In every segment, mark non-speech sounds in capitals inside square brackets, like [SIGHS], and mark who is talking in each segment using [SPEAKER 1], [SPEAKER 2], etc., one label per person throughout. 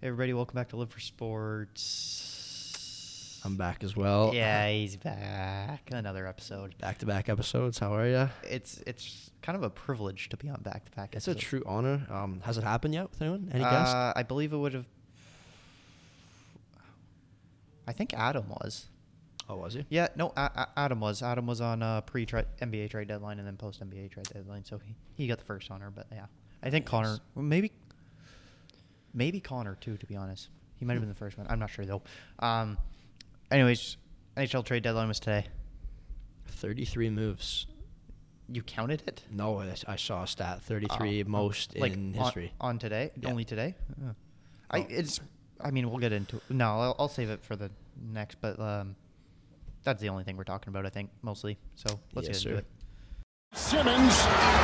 [SPEAKER 1] Hey, everybody, welcome back to Live for Sports.
[SPEAKER 2] I'm back as well.
[SPEAKER 1] Yeah,
[SPEAKER 2] [LAUGHS]
[SPEAKER 1] he's back. Another episode.
[SPEAKER 2] Back to back episodes. How are you?
[SPEAKER 1] It's it's kind of a privilege to be on back to back.
[SPEAKER 2] It's a true honor. Um, has it happened yet with anyone? Any guests?
[SPEAKER 1] Uh, I believe it would have. I think Adam was.
[SPEAKER 2] oh, was he?
[SPEAKER 1] Yeah, no, A- A- Adam was. Adam was on uh, pre NBA trade deadline and then post NBA trade deadline, so he, he got the first honor. But yeah, I think Connor,
[SPEAKER 2] Nice.
[SPEAKER 1] well, maybe, maybe Connor too. To be honest, he might have
[SPEAKER 2] Hmm.
[SPEAKER 1] been the first one. I'm not sure though. Um, anyways, NHL trade deadline was today.
[SPEAKER 2] 33 moves.
[SPEAKER 1] You counted it?
[SPEAKER 2] No, I, I saw a stat.
[SPEAKER 1] Oh,
[SPEAKER 2] 33
[SPEAKER 1] oh,
[SPEAKER 2] most
[SPEAKER 1] like,
[SPEAKER 2] in
[SPEAKER 1] on-
[SPEAKER 2] history.
[SPEAKER 1] On, today,
[SPEAKER 2] Yeah.
[SPEAKER 1] only today. Uh, I
[SPEAKER 2] Oh.
[SPEAKER 1] it's. I mean, we'll get into. No, I'll, I'll save it for the next. But um, that's the only thing we're talking about. I think mostly. So let's
[SPEAKER 2] Yes,
[SPEAKER 1] get into it.
[SPEAKER 2] sir.
[SPEAKER 3] Simmons,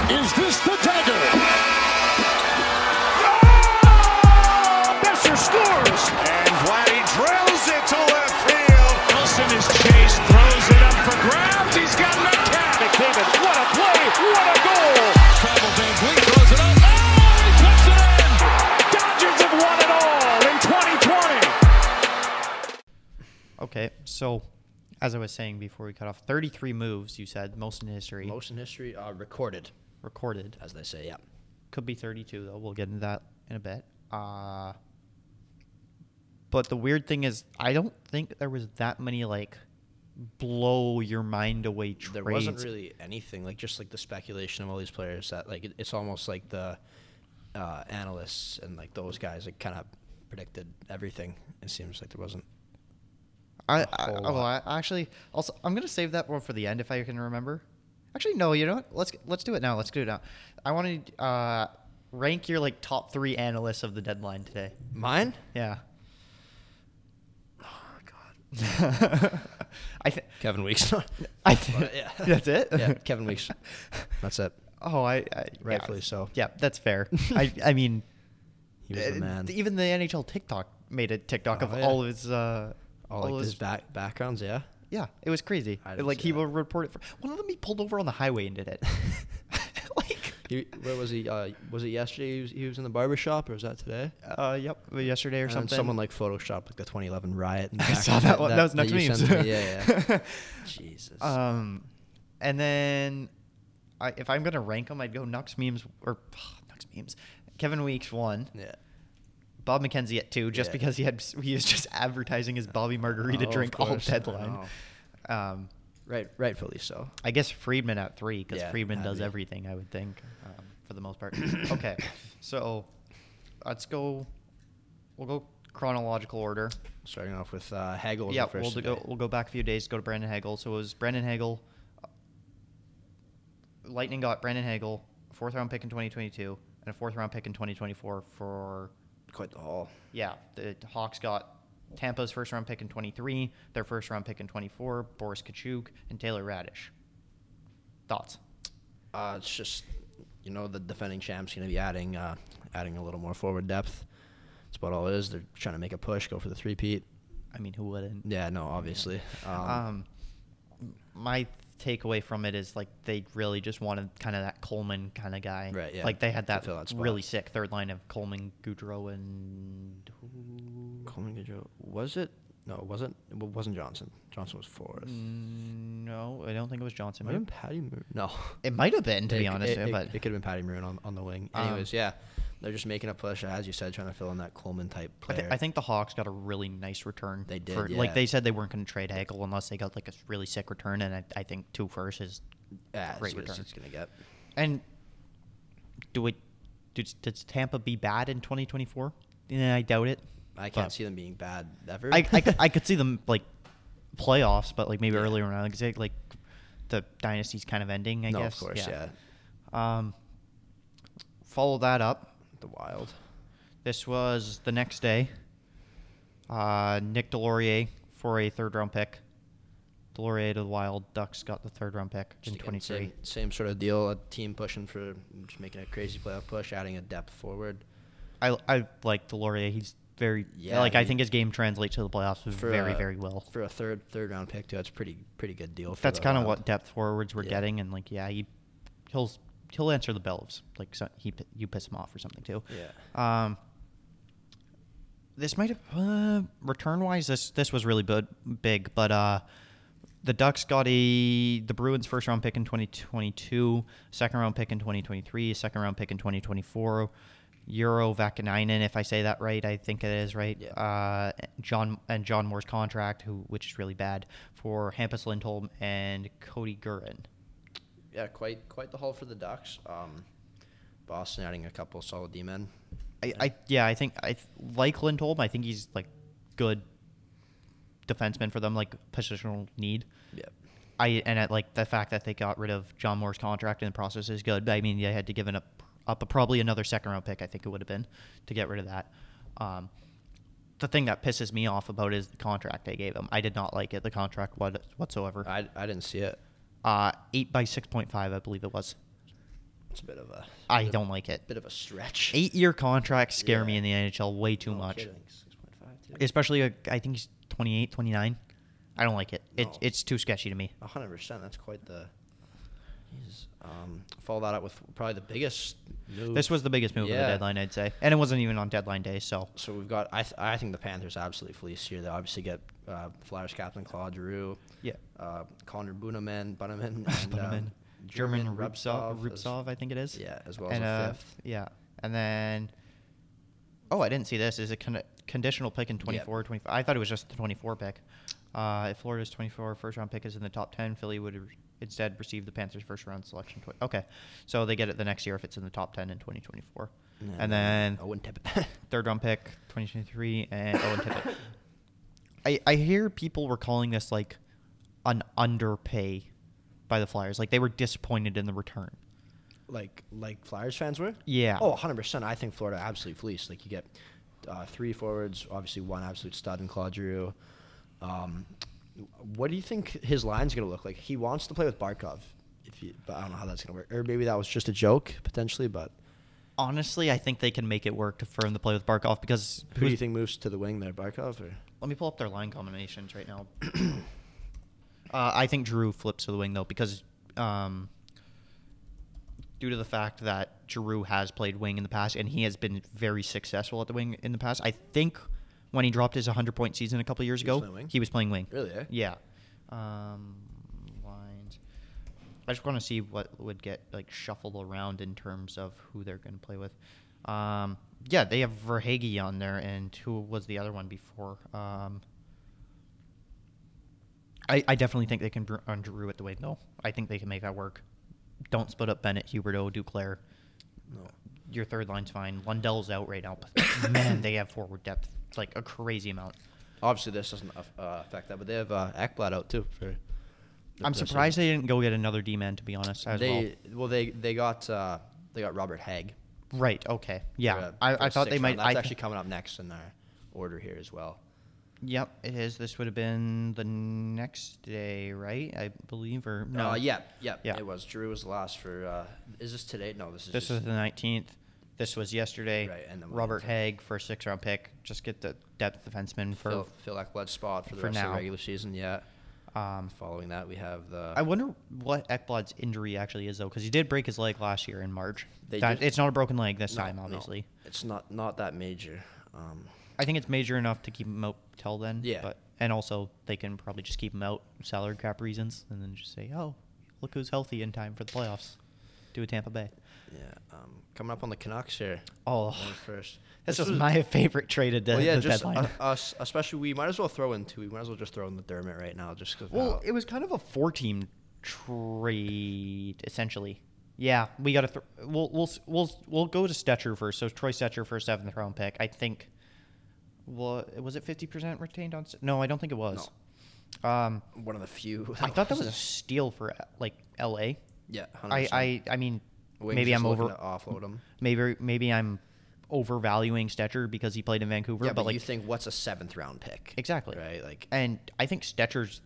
[SPEAKER 3] is this the dagger? Ah! Besser scores! And Vladdy drills it to left field. Wilson is chased, throws it up for grabs. He's got Metcalf. McDavid, what a play! What a goal! Travel Van Vliet throws it up. Oh, he puts it in! Dodgers have won it all in 2020.
[SPEAKER 1] Okay, so as I was saying before we cut off, 33 moves, you said, most in history,
[SPEAKER 2] Most in history are recorded,
[SPEAKER 1] recorded.
[SPEAKER 2] as they say. Yeah.
[SPEAKER 1] Could be 32, though. We'll get into that in a bit. Uh, but the weird thing is, I don't think there was that many, like, blow your mind away trades.
[SPEAKER 2] There wasn't really anything like just like the speculation of all these players that like it, it's almost like the uh, analysts and like those guys that kind of predicted everything. It seems like there wasn't.
[SPEAKER 1] I,
[SPEAKER 2] a
[SPEAKER 1] I,
[SPEAKER 2] whole
[SPEAKER 1] oh, I
[SPEAKER 2] lot.
[SPEAKER 1] actually also I'm gonna save that one for the end if I can remember. Actually, no. You know what? Let's let's do it now. Let's do it now. I want to uh, rank your like top three analysts of the deadline today.
[SPEAKER 2] Mine?
[SPEAKER 1] Yeah.
[SPEAKER 2] Oh God.
[SPEAKER 1] [LAUGHS] I think.
[SPEAKER 2] Kevin Weeks. [LAUGHS]
[SPEAKER 1] I thi-
[SPEAKER 2] But, yeah.
[SPEAKER 1] [LAUGHS] That's it.
[SPEAKER 2] yeah, Kevin Weeks. That's it.
[SPEAKER 1] [LAUGHS] Oh, I, I
[SPEAKER 2] Rightfully
[SPEAKER 1] yeah.
[SPEAKER 2] so.
[SPEAKER 1] Yeah, that's
[SPEAKER 2] [LAUGHS]
[SPEAKER 1] fair. I, I mean,
[SPEAKER 2] He was the
[SPEAKER 1] uh,
[SPEAKER 2] man.
[SPEAKER 1] even the NHL TikTok made a TikTok
[SPEAKER 2] Oh,
[SPEAKER 1] of
[SPEAKER 2] yeah.
[SPEAKER 1] all of his, uh,
[SPEAKER 2] all Oh, like
[SPEAKER 1] of
[SPEAKER 2] his back backgrounds, yeah.
[SPEAKER 1] Yeah, it was crazy.
[SPEAKER 2] I
[SPEAKER 1] It,
[SPEAKER 2] didn't
[SPEAKER 1] like
[SPEAKER 2] see
[SPEAKER 1] he
[SPEAKER 2] that.
[SPEAKER 1] will report it for one of them. He pulled over on the highway and did it. [LAUGHS] like,
[SPEAKER 2] He, where was he? Uh, was it yesterday? He was, he was in the barber shop, or was that today?
[SPEAKER 1] uh, yep, yesterday or
[SPEAKER 2] And then
[SPEAKER 1] something.
[SPEAKER 2] Someone like photoshopped like the 2011 riot. In
[SPEAKER 1] [LAUGHS]
[SPEAKER 2] the
[SPEAKER 1] I
[SPEAKER 2] back
[SPEAKER 1] saw
[SPEAKER 2] of
[SPEAKER 1] that one. That, was next
[SPEAKER 2] you
[SPEAKER 1] to me.
[SPEAKER 2] sent me. Yeah,
[SPEAKER 1] [LAUGHS]
[SPEAKER 2] yeah. Jesus.
[SPEAKER 1] Um, and then I, if I'm gonna rank them, I'd go Nux memes or [SIGHS] Nux memes. Kevin Weeks one,
[SPEAKER 2] yeah.
[SPEAKER 1] Bob McKenzie at two, just
[SPEAKER 2] Yeah.
[SPEAKER 1] because he had he was just [LAUGHS] advertising his Bobby Margarita
[SPEAKER 2] Oh, of
[SPEAKER 1] drink all
[SPEAKER 2] course, Oh. I
[SPEAKER 1] deadline. Um,
[SPEAKER 2] Right, rightfully so.
[SPEAKER 1] I guess Friedman at three because
[SPEAKER 2] Yeah,
[SPEAKER 1] Friedman
[SPEAKER 2] had
[SPEAKER 1] does
[SPEAKER 2] to be.
[SPEAKER 1] everything, I would think, um, for the most part.
[SPEAKER 2] [COUGHS]
[SPEAKER 1] okay, so let's go. We'll go chronological order.
[SPEAKER 2] Starting off with uh, Hagel. was
[SPEAKER 1] yeah,
[SPEAKER 2] the
[SPEAKER 1] we'll
[SPEAKER 2] first
[SPEAKER 1] do,
[SPEAKER 2] today.
[SPEAKER 1] go, we'll go back a few days. Go to Brandon Hagel. So it was Brandon Hagel. uh, Lightning got Brandon Hagel, fourth round pick in 2022, and a fourth round pick in 2024 for
[SPEAKER 2] Quite the haul.
[SPEAKER 1] yeah, the Hawks got Tampa's first round pick in 23, their first round pick in 24, Boris Kachuk, and Taylor Radish. Thoughts?
[SPEAKER 2] Uh, it's just, you know, the defending champ's going to be adding, uh, adding a little more forward depth. That's about all it is. They're trying to make a push, go for the three-peat.
[SPEAKER 1] I mean, who wouldn't?
[SPEAKER 2] Yeah, no, obviously. Um,
[SPEAKER 1] Um, my takeaway from it is like they really just wanted kind of that Coleman kind of guy.
[SPEAKER 2] Right, yeah,
[SPEAKER 1] Like they had
[SPEAKER 2] to
[SPEAKER 1] that,
[SPEAKER 2] fill that spot.
[SPEAKER 1] really sick third line of Coleman, Goudreau, and
[SPEAKER 2] Coleman Gaudreau- Was it? No, it wasn't. It wa- wasn't Johnson. Johnson was fourth.
[SPEAKER 1] no, I don't think it was Johnson.
[SPEAKER 2] Might have been Patty Maroon. Mm, No.
[SPEAKER 1] It might have been, to
[SPEAKER 2] It-
[SPEAKER 1] be honest.
[SPEAKER 2] it,
[SPEAKER 1] yeah,
[SPEAKER 2] it-
[SPEAKER 1] but
[SPEAKER 2] it could have been Patty Maroon on, on the wing.
[SPEAKER 1] Um,
[SPEAKER 2] Anyways, yeah, they're just making a push, as you said, trying to fill in that Coleman type
[SPEAKER 1] I,
[SPEAKER 2] player.
[SPEAKER 1] th- I think the Hawks got a really nice return.
[SPEAKER 2] They did,
[SPEAKER 1] For, Like
[SPEAKER 2] yeah.
[SPEAKER 1] they said, they weren't going to trade Hagel unless they got like a s- really sick return, and I, I think two firsts is
[SPEAKER 2] yeah, that's
[SPEAKER 1] great
[SPEAKER 2] what it's-
[SPEAKER 1] return.
[SPEAKER 2] it's gonna get.
[SPEAKER 1] And do it? Does, does Tampa be bad in 2024? Yeah, I doubt it.
[SPEAKER 2] I can't
[SPEAKER 1] But
[SPEAKER 2] see them being bad ever.
[SPEAKER 1] I,
[SPEAKER 2] [LAUGHS]
[SPEAKER 1] I, c- I could see them like playoffs, but like maybe earlier on, like, say, like the dynasty's kind of ending. I
[SPEAKER 2] no,
[SPEAKER 1] guess.
[SPEAKER 2] of course, yeah.
[SPEAKER 1] Um, follow that up.
[SPEAKER 2] The Wild.
[SPEAKER 1] This was the next day. Uh, Nick Delorier for a third round pick. Delorier to the Wild Ducks got the third round pick
[SPEAKER 2] Just
[SPEAKER 1] in
[SPEAKER 2] again,
[SPEAKER 1] 23.
[SPEAKER 2] Same, same sort of deal. A team pushing for just making a crazy playoff push, adding a depth forward.
[SPEAKER 1] I, I like Delorier. He's very
[SPEAKER 2] Yeah,
[SPEAKER 1] like I
[SPEAKER 2] he-
[SPEAKER 1] think his game translates to the playoffs
[SPEAKER 2] For uh,
[SPEAKER 1] very
[SPEAKER 2] a-
[SPEAKER 1] very well.
[SPEAKER 2] For a third third round pick too, that's pretty pretty good deal. For
[SPEAKER 1] That's
[SPEAKER 2] the
[SPEAKER 1] kind of
[SPEAKER 2] Wild.
[SPEAKER 1] what depth forwards were
[SPEAKER 2] Yeah.
[SPEAKER 1] getting, and like yeah, he he'll s- he'll answer the bells like so he p- you piss him off or something too.
[SPEAKER 2] Yeah.
[SPEAKER 1] Um, this might have uh, return wise this this was really bud- big but uh the ducks got a the bruins first round pick in 2022 second round pick in 2023 second round pick in 2024 euro vakanainen if i say that right i think it is right
[SPEAKER 2] Yeah.
[SPEAKER 1] uh john and john moore's contract who which is really bad for hampus lindholm and cody Gurin.
[SPEAKER 2] yeah, quite quite the haul for the Ducks. Um, Boston adding a couple solid D men.
[SPEAKER 1] I, I yeah, I think I th- like Lindholm. I think he's like good defenseman for them, like positional need.
[SPEAKER 2] Yep.
[SPEAKER 1] I and at like the fact that they got rid of John Moore's contract in the process is good. But I mean, they had to give an up up a, probably another second round pick. I think it would have been to get rid of that. Um, the thing that pisses me off about it is the contract they gave him. I did not like it. The contract what, whatsoever.
[SPEAKER 2] I, I didn't see it.
[SPEAKER 1] Uh, eight by six point five, I believe it was.
[SPEAKER 2] It's a bit of a
[SPEAKER 1] I
[SPEAKER 2] bit of-
[SPEAKER 1] don't like it.
[SPEAKER 2] bit of a stretch. [LAUGHS]
[SPEAKER 1] Eight year contracts scare me
[SPEAKER 2] Yeah.
[SPEAKER 1] in the NHL way too much.
[SPEAKER 2] Six point five too.
[SPEAKER 1] especially uh, I think he's 28, 29. I don't like it. It
[SPEAKER 2] No.
[SPEAKER 1] it's too sketchy to me.
[SPEAKER 2] A hundred percent. That's quite the. Jesus. Um, follow that up with probably the biggest. Move.
[SPEAKER 1] This was the biggest move of the
[SPEAKER 2] Yeah.
[SPEAKER 1] deadline, I'd say, and it wasn't even on deadline day. So
[SPEAKER 2] So we've got. I th- I think the Panthers absolutely fleece here. They obviously get uh, Flyers captain Claude Giroux.
[SPEAKER 1] yeah,
[SPEAKER 2] Uh, Connor Buneman,
[SPEAKER 1] [LAUGHS]
[SPEAKER 2] Bunneman, and,
[SPEAKER 1] Bunneman,
[SPEAKER 2] um,
[SPEAKER 1] German
[SPEAKER 2] German
[SPEAKER 1] Rupsov,
[SPEAKER 2] Rupsov as-
[SPEAKER 1] Rupsov, I think it is.
[SPEAKER 2] yeah, as well as
[SPEAKER 1] and,
[SPEAKER 2] a
[SPEAKER 1] uh,
[SPEAKER 2] fifth.
[SPEAKER 1] Yeah, and then oh, I didn't see this. Is it con- conditional pick in
[SPEAKER 2] Yep.
[SPEAKER 1] 24, 25? I thought it was just the 24 pick. Uh, if Florida's 24 first round pick is in the top 10, Philly would re- instead receive the Panthers' first round selection. Tw- okay, so they get it the next year if it's in the top 10 in 2024, and then
[SPEAKER 2] Owen [LAUGHS] Tippett.
[SPEAKER 1] third round pick, 2023, and Owen Tippett. I, I hear people were calling this like an underpay by the Flyers. Like they were disappointed in the return.
[SPEAKER 2] like like Flyers fans were.
[SPEAKER 1] Yeah.
[SPEAKER 2] Oh, 100 percent. I think Florida absolutely fleeced. Like you get uh, three forwards, obviously one absolute stud in Claude Giroux. Um, what do you think his line's going to look like? He wants to play with Barkov. If you, but I don't know how that's going to work. Or maybe that was just a joke potentially. But
[SPEAKER 1] Honestly, I think they can make it work to, for him to play with Barkov because
[SPEAKER 2] who do you
[SPEAKER 1] who's-
[SPEAKER 2] think moves to the wing there, Barkov or?
[SPEAKER 1] Let me pull up their line combinations right now. [CLEARS THROAT] uh, I think Drew flips to the wing though because um, due to the fact that Drew has played wing in the past and he has been very successful at the wing in the past. I think when he dropped his 100 point season a couple years
[SPEAKER 2] He was
[SPEAKER 1] ago,
[SPEAKER 2] playing wing?
[SPEAKER 1] he was playing wing.
[SPEAKER 2] Really, eh?
[SPEAKER 1] Yeah. Um, lines. I just want to see what would get like shuffled around in terms of who they're going to play with. Um, yeah, they have Verhage on there, and who was the other one before? Um, I, I definitely think they can br- on Drew at the wing though. I think they can make that work. Don't split up Bennett, Huberto, Duclair.
[SPEAKER 2] No.
[SPEAKER 1] Your third line's fine. Lundell's out right now, but [COUGHS] man, they have forward depth. It's like a crazy amount.
[SPEAKER 2] Obviously, this doesn't aff- uh, affect that, but they have uh, Ekblad out too. For the
[SPEAKER 1] I'm
[SPEAKER 2] position.
[SPEAKER 1] surprised they didn't go get another D man to be honest as well.
[SPEAKER 2] they well. they they got uh, they got Robert Hag.
[SPEAKER 1] Right. Okay.
[SPEAKER 2] for
[SPEAKER 1] Yeah.
[SPEAKER 2] a- for
[SPEAKER 1] I, I
[SPEAKER 2] a
[SPEAKER 1] thought they
[SPEAKER 2] sixth
[SPEAKER 1] might.
[SPEAKER 2] round. That's
[SPEAKER 1] I,
[SPEAKER 2] actually coming up next in our order here as well.
[SPEAKER 1] Yep, it is. This would have been the next day, right? I believe, or no?
[SPEAKER 2] No, uh, yeah, yeah,
[SPEAKER 1] Yeah.
[SPEAKER 2] it was. Drew was the last for. Uh, is this today? No, this is.
[SPEAKER 1] This was
[SPEAKER 2] just,
[SPEAKER 1] the nineteenth. This was yesterday.
[SPEAKER 2] Right, and then we'll
[SPEAKER 1] Robert
[SPEAKER 2] get to-
[SPEAKER 1] Haig for a six-round pick. Just get the depth defenseman for.
[SPEAKER 2] Phil, Phil Ekblad's spot for the
[SPEAKER 1] for
[SPEAKER 2] rest of
[SPEAKER 1] now.
[SPEAKER 2] the regular season. Yeah.
[SPEAKER 1] Um,
[SPEAKER 2] Following that, we have the.
[SPEAKER 1] I wonder what Ekblad's injury actually is though, because he did break his leg last year in March.
[SPEAKER 2] They
[SPEAKER 1] That-
[SPEAKER 2] just-
[SPEAKER 1] it's not a broken leg this
[SPEAKER 2] No,
[SPEAKER 1] time,
[SPEAKER 2] no,
[SPEAKER 1] obviously.
[SPEAKER 2] it's not not that major. Um,
[SPEAKER 1] I think it's major enough to keep him out till then.
[SPEAKER 2] Yeah.
[SPEAKER 1] But and also they can probably just keep him out salary cap reasons, and then just say, "Oh, look who's healthy in time for the playoffs." Do a Tampa Bay.
[SPEAKER 2] yeah. Um, coming up on the Canucks here.
[SPEAKER 1] Oh.
[SPEAKER 2] One first.
[SPEAKER 1] This was my [LAUGHS] favorite trade at the,
[SPEAKER 2] Well, yeah,
[SPEAKER 1] the
[SPEAKER 2] just
[SPEAKER 1] deadline.
[SPEAKER 2] uh, us, especially we might as well throw in two. We might as well just throw in the Dermot right now, just because.
[SPEAKER 1] well, it was kind of a four-team trade essentially. Yeah, we got to. Th- we'll we'll s- we'll s- we'll go to Stetcher first. So Troy Stetcher for a seventh round pick. I think. Well, was it fifty percent retained on? St- No, I don't think it was. Um,
[SPEAKER 2] one of the few. [LAUGHS]
[SPEAKER 1] I thought that was a steal for like L.A.
[SPEAKER 2] Yeah. 100%.
[SPEAKER 1] I I I mean,
[SPEAKER 2] Wings
[SPEAKER 1] maybe
[SPEAKER 2] just
[SPEAKER 1] I'm
[SPEAKER 2] looking
[SPEAKER 1] over.
[SPEAKER 2] to offload him.
[SPEAKER 1] Maybe maybe I'm overvaluing Stetcher because he played in Vancouver.
[SPEAKER 2] Yeah,
[SPEAKER 1] but,
[SPEAKER 2] but,
[SPEAKER 1] like
[SPEAKER 2] you think what's a seventh round pick?
[SPEAKER 1] Exactly.
[SPEAKER 2] Right. Like
[SPEAKER 1] And I think Stetcher's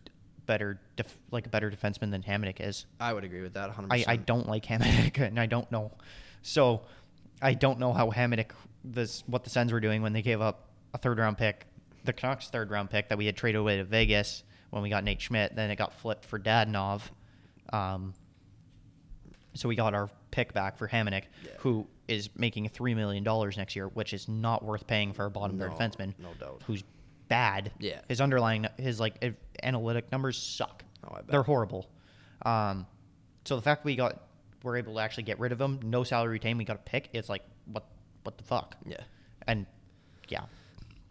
[SPEAKER 1] better, def- like a better defenseman than Hamannik is.
[SPEAKER 2] I would agree with that. 100.
[SPEAKER 1] I, I don't like Hamannik, [LAUGHS] and I don't know. So I don't know how Hamannik this what the Sens were doing when they gave up a third round pick, the Canucks third round pick that we had traded away to Vegas when we got Nate Schmidt. Then it got flipped for Dadnov. Um, so we got our pick back for Hamannik,
[SPEAKER 2] Yeah.
[SPEAKER 1] who is making three million dollars next year, which is not worth paying for a bottom third
[SPEAKER 2] No,
[SPEAKER 1] defenseman.
[SPEAKER 2] no doubt.
[SPEAKER 1] Who's bad.
[SPEAKER 2] Yeah.
[SPEAKER 1] His underlying his like if- analytic numbers suck.
[SPEAKER 2] Oh, I bet.
[SPEAKER 1] They're horrible. Um, so the fact we got we're able to actually get rid of him, no salary retain, we got a pick. It's like what what the fuck?
[SPEAKER 2] Yeah.
[SPEAKER 1] And yeah,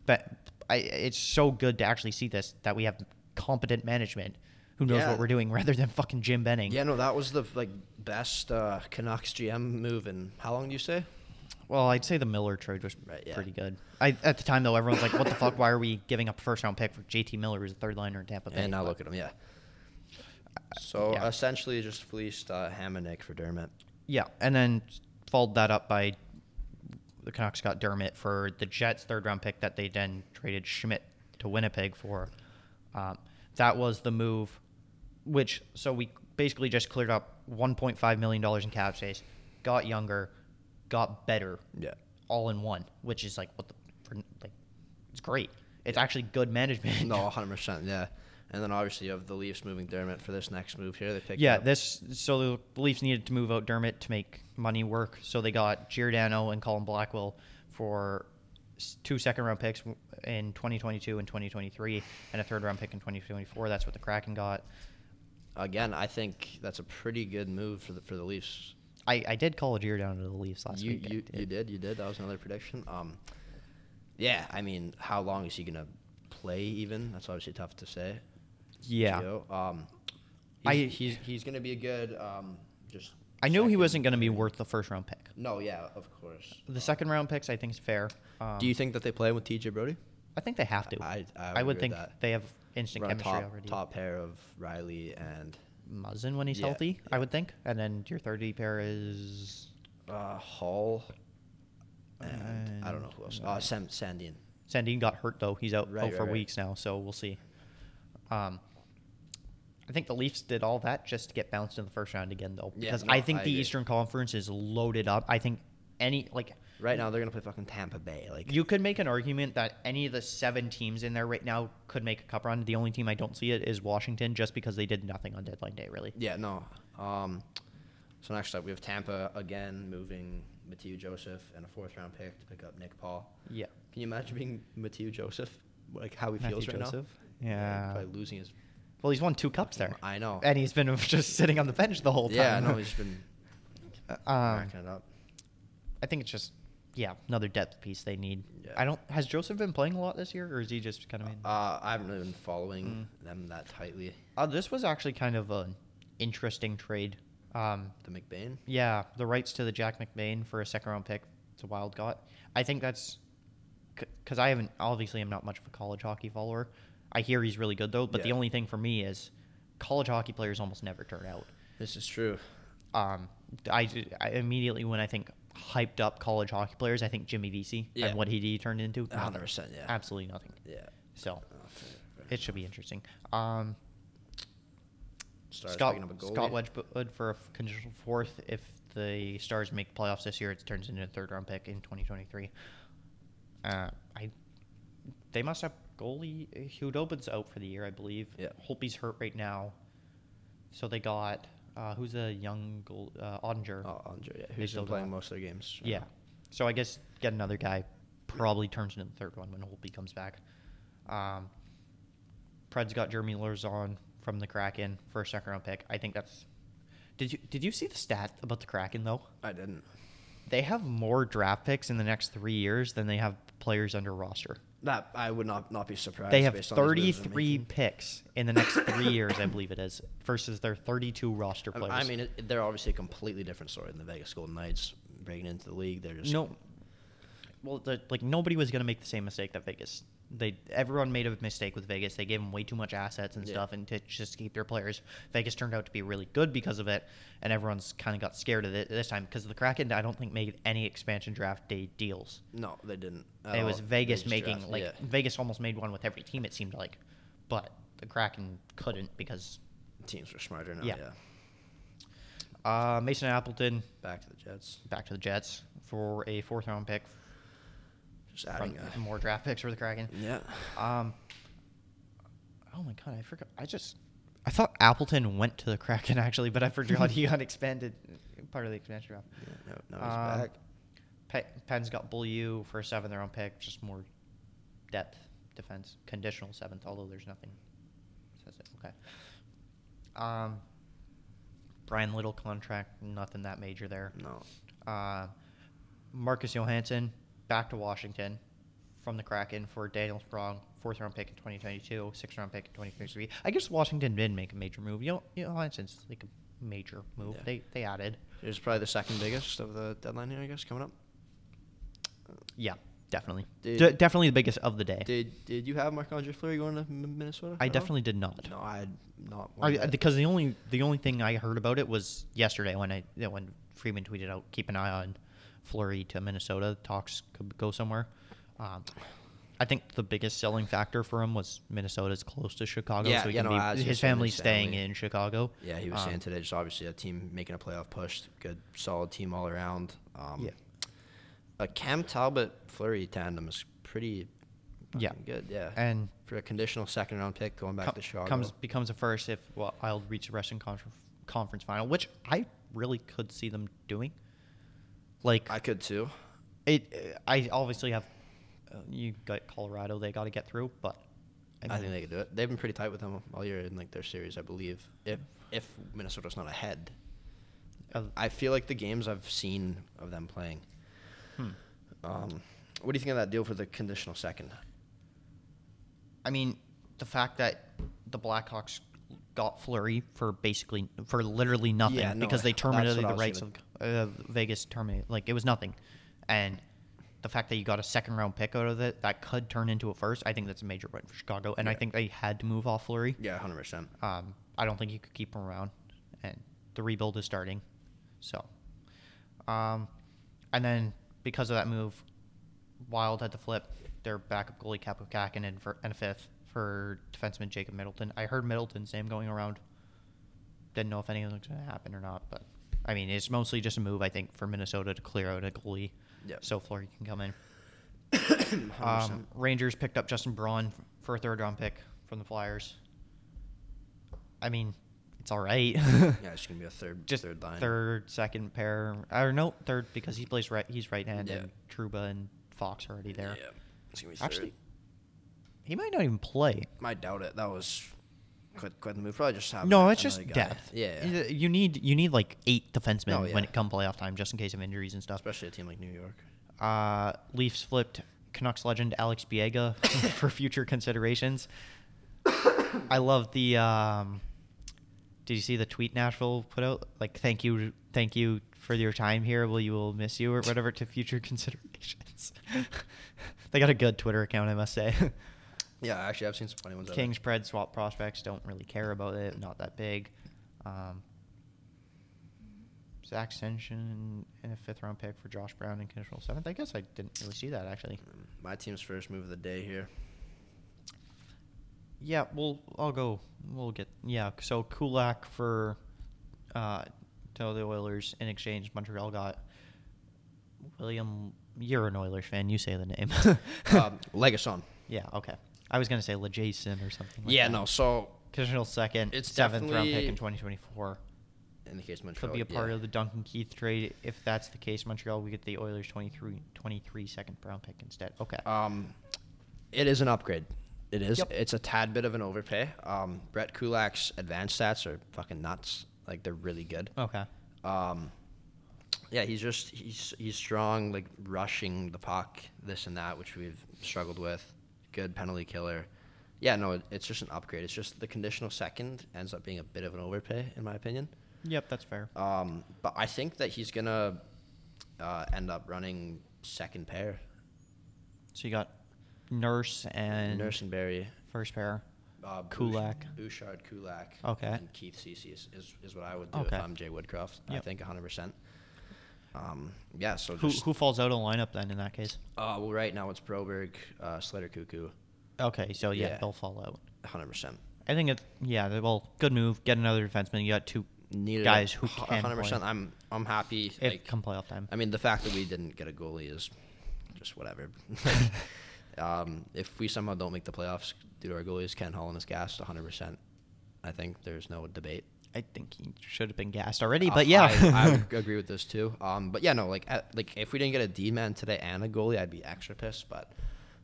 [SPEAKER 1] but I it's so good to actually see this that we have competent management who knows
[SPEAKER 2] Yeah.
[SPEAKER 1] what we're doing [LAUGHS] rather than fucking Jim Benning.
[SPEAKER 2] Yeah, no, that was the like best uh, Canucks GM move in how long do you say?
[SPEAKER 1] Well, I'd say the Miller trade was
[SPEAKER 2] Right, yeah.
[SPEAKER 1] pretty good. I, at the time, though, everyone's like, "What the fuck? Why are we giving up a first round pick for JT Miller, who's a third liner in Tampa Bay?"
[SPEAKER 2] And now
[SPEAKER 1] But-
[SPEAKER 2] look at him, yeah. So
[SPEAKER 1] yeah.
[SPEAKER 2] essentially, just fleeced uh, Ham and Nick for Dermot.
[SPEAKER 1] yeah, and then followed that up by the Canucks got Dermott for the Jets' third round pick that they then traded Schmidt to Winnipeg for. Um, that was the move, which so we basically just cleared up 1.5 million dollars in cap space, got younger, got better,
[SPEAKER 2] Yeah.
[SPEAKER 1] all in one, which is like what the for, like it's great. It's actually good management.
[SPEAKER 2] No, 100. percent Yeah. And then obviously you have the Leafs moving Dermot for this next move here. They picked
[SPEAKER 1] yeah,
[SPEAKER 2] up-
[SPEAKER 1] this so the Leafs needed to move out Dermot to make money work, so they got Giordano and Colin Blackwell for s- two second round picks w- in 2022 and 2023 and a third round pick in 2024. That's what the Kraken got.
[SPEAKER 2] again. I think that's a pretty good move for the for the Leafs.
[SPEAKER 1] I, I did call Giordano to the Leafs last
[SPEAKER 2] You
[SPEAKER 1] week. I
[SPEAKER 2] you, you did you did. That was another prediction. Um, yeah. I mean, how long is he gonna play? Even that's obviously tough to say.
[SPEAKER 1] Yeah.
[SPEAKER 2] Gio. Um,
[SPEAKER 1] I-
[SPEAKER 2] he's, he's he's gonna be a good um just.
[SPEAKER 1] I knew he
[SPEAKER 2] second-
[SPEAKER 1] wasn't going to be worth the first round pick.
[SPEAKER 2] No, yeah, of course.
[SPEAKER 1] The second round picks I think is fair. Um,
[SPEAKER 2] Do you think that they play with TJ Brody?
[SPEAKER 1] I think they have to.
[SPEAKER 2] I- I
[SPEAKER 1] would
[SPEAKER 2] agree
[SPEAKER 1] think
[SPEAKER 2] with that.
[SPEAKER 1] they have instant
[SPEAKER 2] Run a
[SPEAKER 1] chemistry
[SPEAKER 2] top
[SPEAKER 1] already.
[SPEAKER 2] top pair of Riley and
[SPEAKER 1] Muzzin when he's
[SPEAKER 2] Yeah,
[SPEAKER 1] healthy, I would think. And then your third D pair is
[SPEAKER 2] uh, Hall. And I don't know who else. Uh, Sam Sandin.
[SPEAKER 1] Sandin got hurt though. He's out,
[SPEAKER 2] Right,
[SPEAKER 1] out
[SPEAKER 2] right,
[SPEAKER 1] for
[SPEAKER 2] right.
[SPEAKER 1] weeks now, so we'll see. Um, I think the Leafs did all that just to get bounced in the first round again, though,
[SPEAKER 2] Yeah,
[SPEAKER 1] because
[SPEAKER 2] no,
[SPEAKER 1] I think
[SPEAKER 2] I
[SPEAKER 1] the
[SPEAKER 2] agree.
[SPEAKER 1] Eastern Conference is loaded up. I think any like
[SPEAKER 2] Right now they're gonna play fucking Tampa Bay. Like
[SPEAKER 1] you could make an argument that any of the seven teams in there right now could make a cup run. The only team I don't see it is Washington, just because they did nothing on deadline day. Really,
[SPEAKER 2] Yeah, no. Um, so next up we have Tampa again moving Matthew Joseph and a fourth round pick to pick up Nick Paul.
[SPEAKER 1] yeah,
[SPEAKER 2] Can you imagine being Matthew Joseph? Like how he feels
[SPEAKER 1] Matthew
[SPEAKER 2] right
[SPEAKER 1] Joseph?
[SPEAKER 2] now?
[SPEAKER 1] Yeah.
[SPEAKER 2] Probably losing his
[SPEAKER 1] Well, he's won two cups there.
[SPEAKER 2] I know.
[SPEAKER 1] and he's been [LAUGHS] just sitting on the bench the whole time.
[SPEAKER 2] Yeah, no, he's just been
[SPEAKER 1] [LAUGHS] um,
[SPEAKER 2] racking it up.
[SPEAKER 1] I think it's just yeah another depth piece they need.
[SPEAKER 2] Yeah.
[SPEAKER 1] I don't has Joseph been playing a lot this year, or is he just kind of in?
[SPEAKER 2] Uh, I haven't really been following
[SPEAKER 1] mm.
[SPEAKER 2] them that tightly.
[SPEAKER 1] Uh, this was actually kind of an interesting trade. Um,
[SPEAKER 2] The McBain.
[SPEAKER 1] yeah, the rights to the Jack McBain for a second round pick to Wild got. I think that's because I haven't obviously I'm not much of a college hockey follower. I hear he's really good though, but the
[SPEAKER 2] Yeah.
[SPEAKER 1] only thing for me is college hockey players almost never turn out.
[SPEAKER 2] This is true.
[SPEAKER 1] um, I, I immediately when I think hyped up college hockey players, I think Jimmy Vesey
[SPEAKER 2] Yeah.
[SPEAKER 1] and what he turned into.
[SPEAKER 2] A hundred
[SPEAKER 1] Nothing.
[SPEAKER 2] percent, yeah.
[SPEAKER 1] Absolutely nothing.
[SPEAKER 2] Yeah.
[SPEAKER 1] So
[SPEAKER 2] Oh, fair, fair.
[SPEAKER 1] it should be interesting. Um,
[SPEAKER 2] Stars
[SPEAKER 1] Scott
[SPEAKER 2] picking up a goalie.
[SPEAKER 1] Scott Wedgwood for a f- conditional fourth. If the Stars make playoffs this year, it turns into a third round pick in 2023. Uh, I they must have goalie uh, Hudobin's out for the year, I believe.
[SPEAKER 2] Yeah.
[SPEAKER 1] Holpe's hurt right now, so they got uh, who's a young goal uh, Ottinger.
[SPEAKER 2] Oh, Andre, yeah,
[SPEAKER 1] They
[SPEAKER 2] who's
[SPEAKER 1] still
[SPEAKER 2] been playing
[SPEAKER 1] got-
[SPEAKER 2] most of their games. right
[SPEAKER 1] Yeah.
[SPEAKER 2] now.
[SPEAKER 1] So I guess get another guy probably turns into the third one when Holby comes back. Um, Pred's got Jeremy Lurzon from the Kraken for a second round pick. I think that's. Did you did you see the stat about the Kraken though?
[SPEAKER 2] I didn't.
[SPEAKER 1] They have more draft picks in the next three years than they have players under roster.
[SPEAKER 2] That I would not not be surprised.
[SPEAKER 1] They have
[SPEAKER 2] based on these moves they're
[SPEAKER 1] 33
[SPEAKER 2] making.
[SPEAKER 1] picks in the next three years, I believe it is, versus their 32 roster players.
[SPEAKER 2] I I mean, it, they're obviously a completely different story than the Vegas Golden Knights breaking into the league. They're just
[SPEAKER 1] No. Well, the, like nobody was gonna make the same mistake that Vegas. They everyone made a mistake with Vegas. They gave them way too much assets and
[SPEAKER 2] Yeah.
[SPEAKER 1] stuff, and to just keep their players. Vegas turned out to be really good because of it, and everyone's kind of got scared of it this time because the Kraken. I don't think made any expansion draft day deals.
[SPEAKER 2] No, they didn't. at
[SPEAKER 1] it
[SPEAKER 2] all.
[SPEAKER 1] was
[SPEAKER 2] They
[SPEAKER 1] Vegas
[SPEAKER 2] just
[SPEAKER 1] making
[SPEAKER 2] drafted-
[SPEAKER 1] like
[SPEAKER 2] yeah.
[SPEAKER 1] Vegas almost made one with every team. It seemed like, but the Kraken couldn't because
[SPEAKER 2] teams were smarter now. Yeah.
[SPEAKER 1] Yeah. uh, Mason Appleton
[SPEAKER 2] back to the Jets.
[SPEAKER 1] back to the Jets for a fourth round pick
[SPEAKER 2] Just
[SPEAKER 1] from
[SPEAKER 2] adding. A,
[SPEAKER 1] more draft picks for the Kraken.
[SPEAKER 2] yeah,
[SPEAKER 1] Um. Oh my god, I forgot. I just I thought Appleton went to the [LAUGHS] Kraken actually, but I forgot he got expanded part of the expansion draft.
[SPEAKER 2] yeah. No, no, he's
[SPEAKER 1] Um,
[SPEAKER 2] back.
[SPEAKER 1] Pe- Penn's got Bellew for a seventh round pick, just more depth defense, conditional seventh, although there's nothing says it. Okay. Um, Brian Little contract, nothing that major there.
[SPEAKER 2] No.
[SPEAKER 1] Uh, Marcus Johansson back to Washington from the Kraken for Daniel Sprong, fourth round pick in 2022, sixth round pick in 2023. I guess Washington did make a major move. You know, Johansson's like a major move.
[SPEAKER 2] Yeah.
[SPEAKER 1] They they added.
[SPEAKER 2] It was probably the second biggest of the deadline here, I guess, coming up.
[SPEAKER 1] Yeah, definitely.
[SPEAKER 2] Did-
[SPEAKER 1] De- definitely the biggest of the day.
[SPEAKER 2] Did Did you have Marc Andre Fleury going to M- Minnesota?
[SPEAKER 1] I
[SPEAKER 2] at all?
[SPEAKER 1] definitely did not.
[SPEAKER 2] No, I had not. one
[SPEAKER 1] I,
[SPEAKER 2] bit.
[SPEAKER 1] because the only the only thing I heard about it was yesterday when I yeah, when Freeman tweeted out keep an eye on Flurry to Minnesota talks could go somewhere. Um, I think the biggest selling factor for him was Minnesota's close to Chicago,
[SPEAKER 2] Yeah,
[SPEAKER 1] so he
[SPEAKER 2] yeah,
[SPEAKER 1] can
[SPEAKER 2] no, I was
[SPEAKER 1] be,
[SPEAKER 2] just
[SPEAKER 1] his
[SPEAKER 2] saying
[SPEAKER 1] family's
[SPEAKER 2] his
[SPEAKER 1] staying
[SPEAKER 2] family.
[SPEAKER 1] in Chicago.
[SPEAKER 2] Yeah, he was
[SPEAKER 1] Um,
[SPEAKER 2] saying today, just obviously a team making a playoff push, good solid team all around. Um,
[SPEAKER 1] Yeah.
[SPEAKER 2] A Cam Talbot Flurry tandem is pretty.
[SPEAKER 1] Yeah.
[SPEAKER 2] fucking Good. Yeah.
[SPEAKER 1] And
[SPEAKER 2] for a conditional second round pick going back
[SPEAKER 1] com-
[SPEAKER 2] to Chicago.
[SPEAKER 1] comes becomes a first if well, I'll reach the Russian con- conference final, which I really could see them doing. Like
[SPEAKER 2] I could too.
[SPEAKER 1] It. I obviously have. Uh, you got Colorado. They got to get through, but
[SPEAKER 2] I, think they could do it. They've been pretty tight with them all year in like their series, I believe. If if Minnesota's not ahead,
[SPEAKER 1] uh,
[SPEAKER 2] I feel like the games I've seen of them playing.
[SPEAKER 1] hmm.
[SPEAKER 2] Um, what do you think of that deal for the conditional second?
[SPEAKER 1] I mean, the fact that the Blackhawks got Flurry for basically for literally nothing
[SPEAKER 2] Yeah, no,
[SPEAKER 1] because they
[SPEAKER 2] [LAUGHS] that's what I
[SPEAKER 1] terminated the
[SPEAKER 2] was
[SPEAKER 1] rights
[SPEAKER 2] gonna-
[SPEAKER 1] of uh, Vegas terminated like it was nothing, and the fact that you got a second round pick out of it that could turn into a first. I think that's a major win for Chicago, and I
[SPEAKER 2] Yeah.
[SPEAKER 1] think they had to move off Flurry.
[SPEAKER 2] Yeah, hundred percent.
[SPEAKER 1] Um, I don't think you could keep him around, and the rebuild is starting. So, um, and then because of that move, Wild had to flip their backup goalie Kapokak and for and a fifth for defenseman Jacob Middleton. I heard Middleton's name going around. Didn't know if anything was going to happen or not, but I mean it's mostly just a move I think for Minnesota to clear out a goalie,
[SPEAKER 2] Yeah.
[SPEAKER 1] so Flurry can come in. Um, Rangers picked up Justin Braun for a third round pick from the Flyers. I mean, it's all right.
[SPEAKER 2] yeah, it's gonna be a third,
[SPEAKER 1] Just
[SPEAKER 2] third line.
[SPEAKER 1] third, second pair, or no, third because he plays right. He's right-handed.
[SPEAKER 2] Yeah.
[SPEAKER 1] and Truba and Fox are already there.
[SPEAKER 2] Yeah, it's gonna be
[SPEAKER 1] Actually,
[SPEAKER 2] third.
[SPEAKER 1] he might not even play.
[SPEAKER 2] I doubt it. That was quite quite the move. Probably just having
[SPEAKER 1] No,
[SPEAKER 2] a-
[SPEAKER 1] it's just
[SPEAKER 2] another guy.
[SPEAKER 1] depth.
[SPEAKER 2] uh, Yeah,
[SPEAKER 1] You-
[SPEAKER 2] yeah.
[SPEAKER 1] you need you need like eight defensemen
[SPEAKER 2] Oh, yeah.
[SPEAKER 1] when it come playoff time, just in case of injuries and stuff.
[SPEAKER 2] especially a team like New York.
[SPEAKER 1] Uh, Leafs flipped Canucks legend Alex Biega [LAUGHS] for future considerations. I love the. Um, did you see the tweet Nashville put out? Like, thank you, thank you for your time here. Will you will miss you or whatever to future [LAUGHS] considerations. [LAUGHS] they got a good Twitter account, I must say. [LAUGHS]
[SPEAKER 2] Yeah, actually, I've seen some funny ones. out of it.
[SPEAKER 1] Kings spread swap prospects don't really care about it. Not that big. Um, Zach Sension and a fifth round pick for Josh Brown and conditional seventh. I guess I didn't really see that actually.
[SPEAKER 2] My team's first move of the
[SPEAKER 1] [LAUGHS]
[SPEAKER 2] day here.
[SPEAKER 1] Yeah, we'll I'll go. We'll get yeah. So Kulak for uh, to the Oilers in exchange. Montreal got William. You're an Oilers fan. You say the name. [LAUGHS]
[SPEAKER 2] um, Legason.
[SPEAKER 1] yeah. Okay. I was gonna say LeJason or something. Like
[SPEAKER 2] yeah,
[SPEAKER 1] that.
[SPEAKER 2] no. So
[SPEAKER 1] Conditional second,
[SPEAKER 2] It's
[SPEAKER 1] seventh round pick
[SPEAKER 2] definitely-
[SPEAKER 1] in 2024.
[SPEAKER 2] in the case of Montreal,
[SPEAKER 1] Could be a part
[SPEAKER 2] yeah.
[SPEAKER 1] of the Duncan Keith trade. If that's the case, Montreal, we get the Oilers 23, 23 second round pick instead. Okay.
[SPEAKER 2] Um, it is an upgrade. It is.
[SPEAKER 1] Yep.
[SPEAKER 2] It's a tad bit of an overpay. Um, Brett Kulak's advanced stats are fucking nuts. Like they're really good.
[SPEAKER 1] okay.
[SPEAKER 2] Um, yeah, he's just he's he's strong, like rushing the puck, this and that, which we've struggled with. Good penalty killer. Yeah, no, it, it's just an upgrade. It's just the conditional second ends up being a bit of an overpay, in my opinion.
[SPEAKER 1] Yep, that's fair.
[SPEAKER 2] Um, but I think that he's gonna uh, end up running second pair,
[SPEAKER 1] So you got Nurse and
[SPEAKER 2] Nurse and Barry,
[SPEAKER 1] first pair.
[SPEAKER 2] uh,
[SPEAKER 1] Kulak.
[SPEAKER 2] Bouchard, Kulak,
[SPEAKER 1] Okay.
[SPEAKER 2] and Keith Cece is, is, is what I would do
[SPEAKER 1] Okay.
[SPEAKER 2] if I'm Jay Woodcroft. I
[SPEAKER 1] Yep.
[SPEAKER 2] think 100. percent Um, yeah, so
[SPEAKER 1] Who,
[SPEAKER 2] just,
[SPEAKER 1] who falls out of the lineup then in that case?
[SPEAKER 2] Uh, well, right now it's Broberg, uh, Slater, Cuckoo,
[SPEAKER 1] Okay, so yeah,
[SPEAKER 2] Yeah.
[SPEAKER 1] they'll fall out.
[SPEAKER 2] 100. percent
[SPEAKER 1] I think it's yeah. they- Well, good move. Get another defenseman. You got two
[SPEAKER 2] Needed
[SPEAKER 1] guys
[SPEAKER 2] it.
[SPEAKER 1] who
[SPEAKER 2] Hu-
[SPEAKER 1] can
[SPEAKER 2] 100%.
[SPEAKER 1] play.
[SPEAKER 2] I'm I'm happy.
[SPEAKER 1] If
[SPEAKER 2] like,
[SPEAKER 1] come playoff time.
[SPEAKER 2] I mean, the fact that we didn't get a goalie is just whatever.
[SPEAKER 1] [LAUGHS]
[SPEAKER 2] [LAUGHS] um, if we somehow don't make the playoffs due to our goalies, Ken Holland is gassed 100%. I think there's no debate.
[SPEAKER 1] I think he should have been gassed already,
[SPEAKER 2] Uh,
[SPEAKER 1] but yeah. [LAUGHS]
[SPEAKER 2] I, I would agree with this too. Um, but yeah, no, like at, like if we didn't get a D man today and a goalie, I'd be extra pissed. But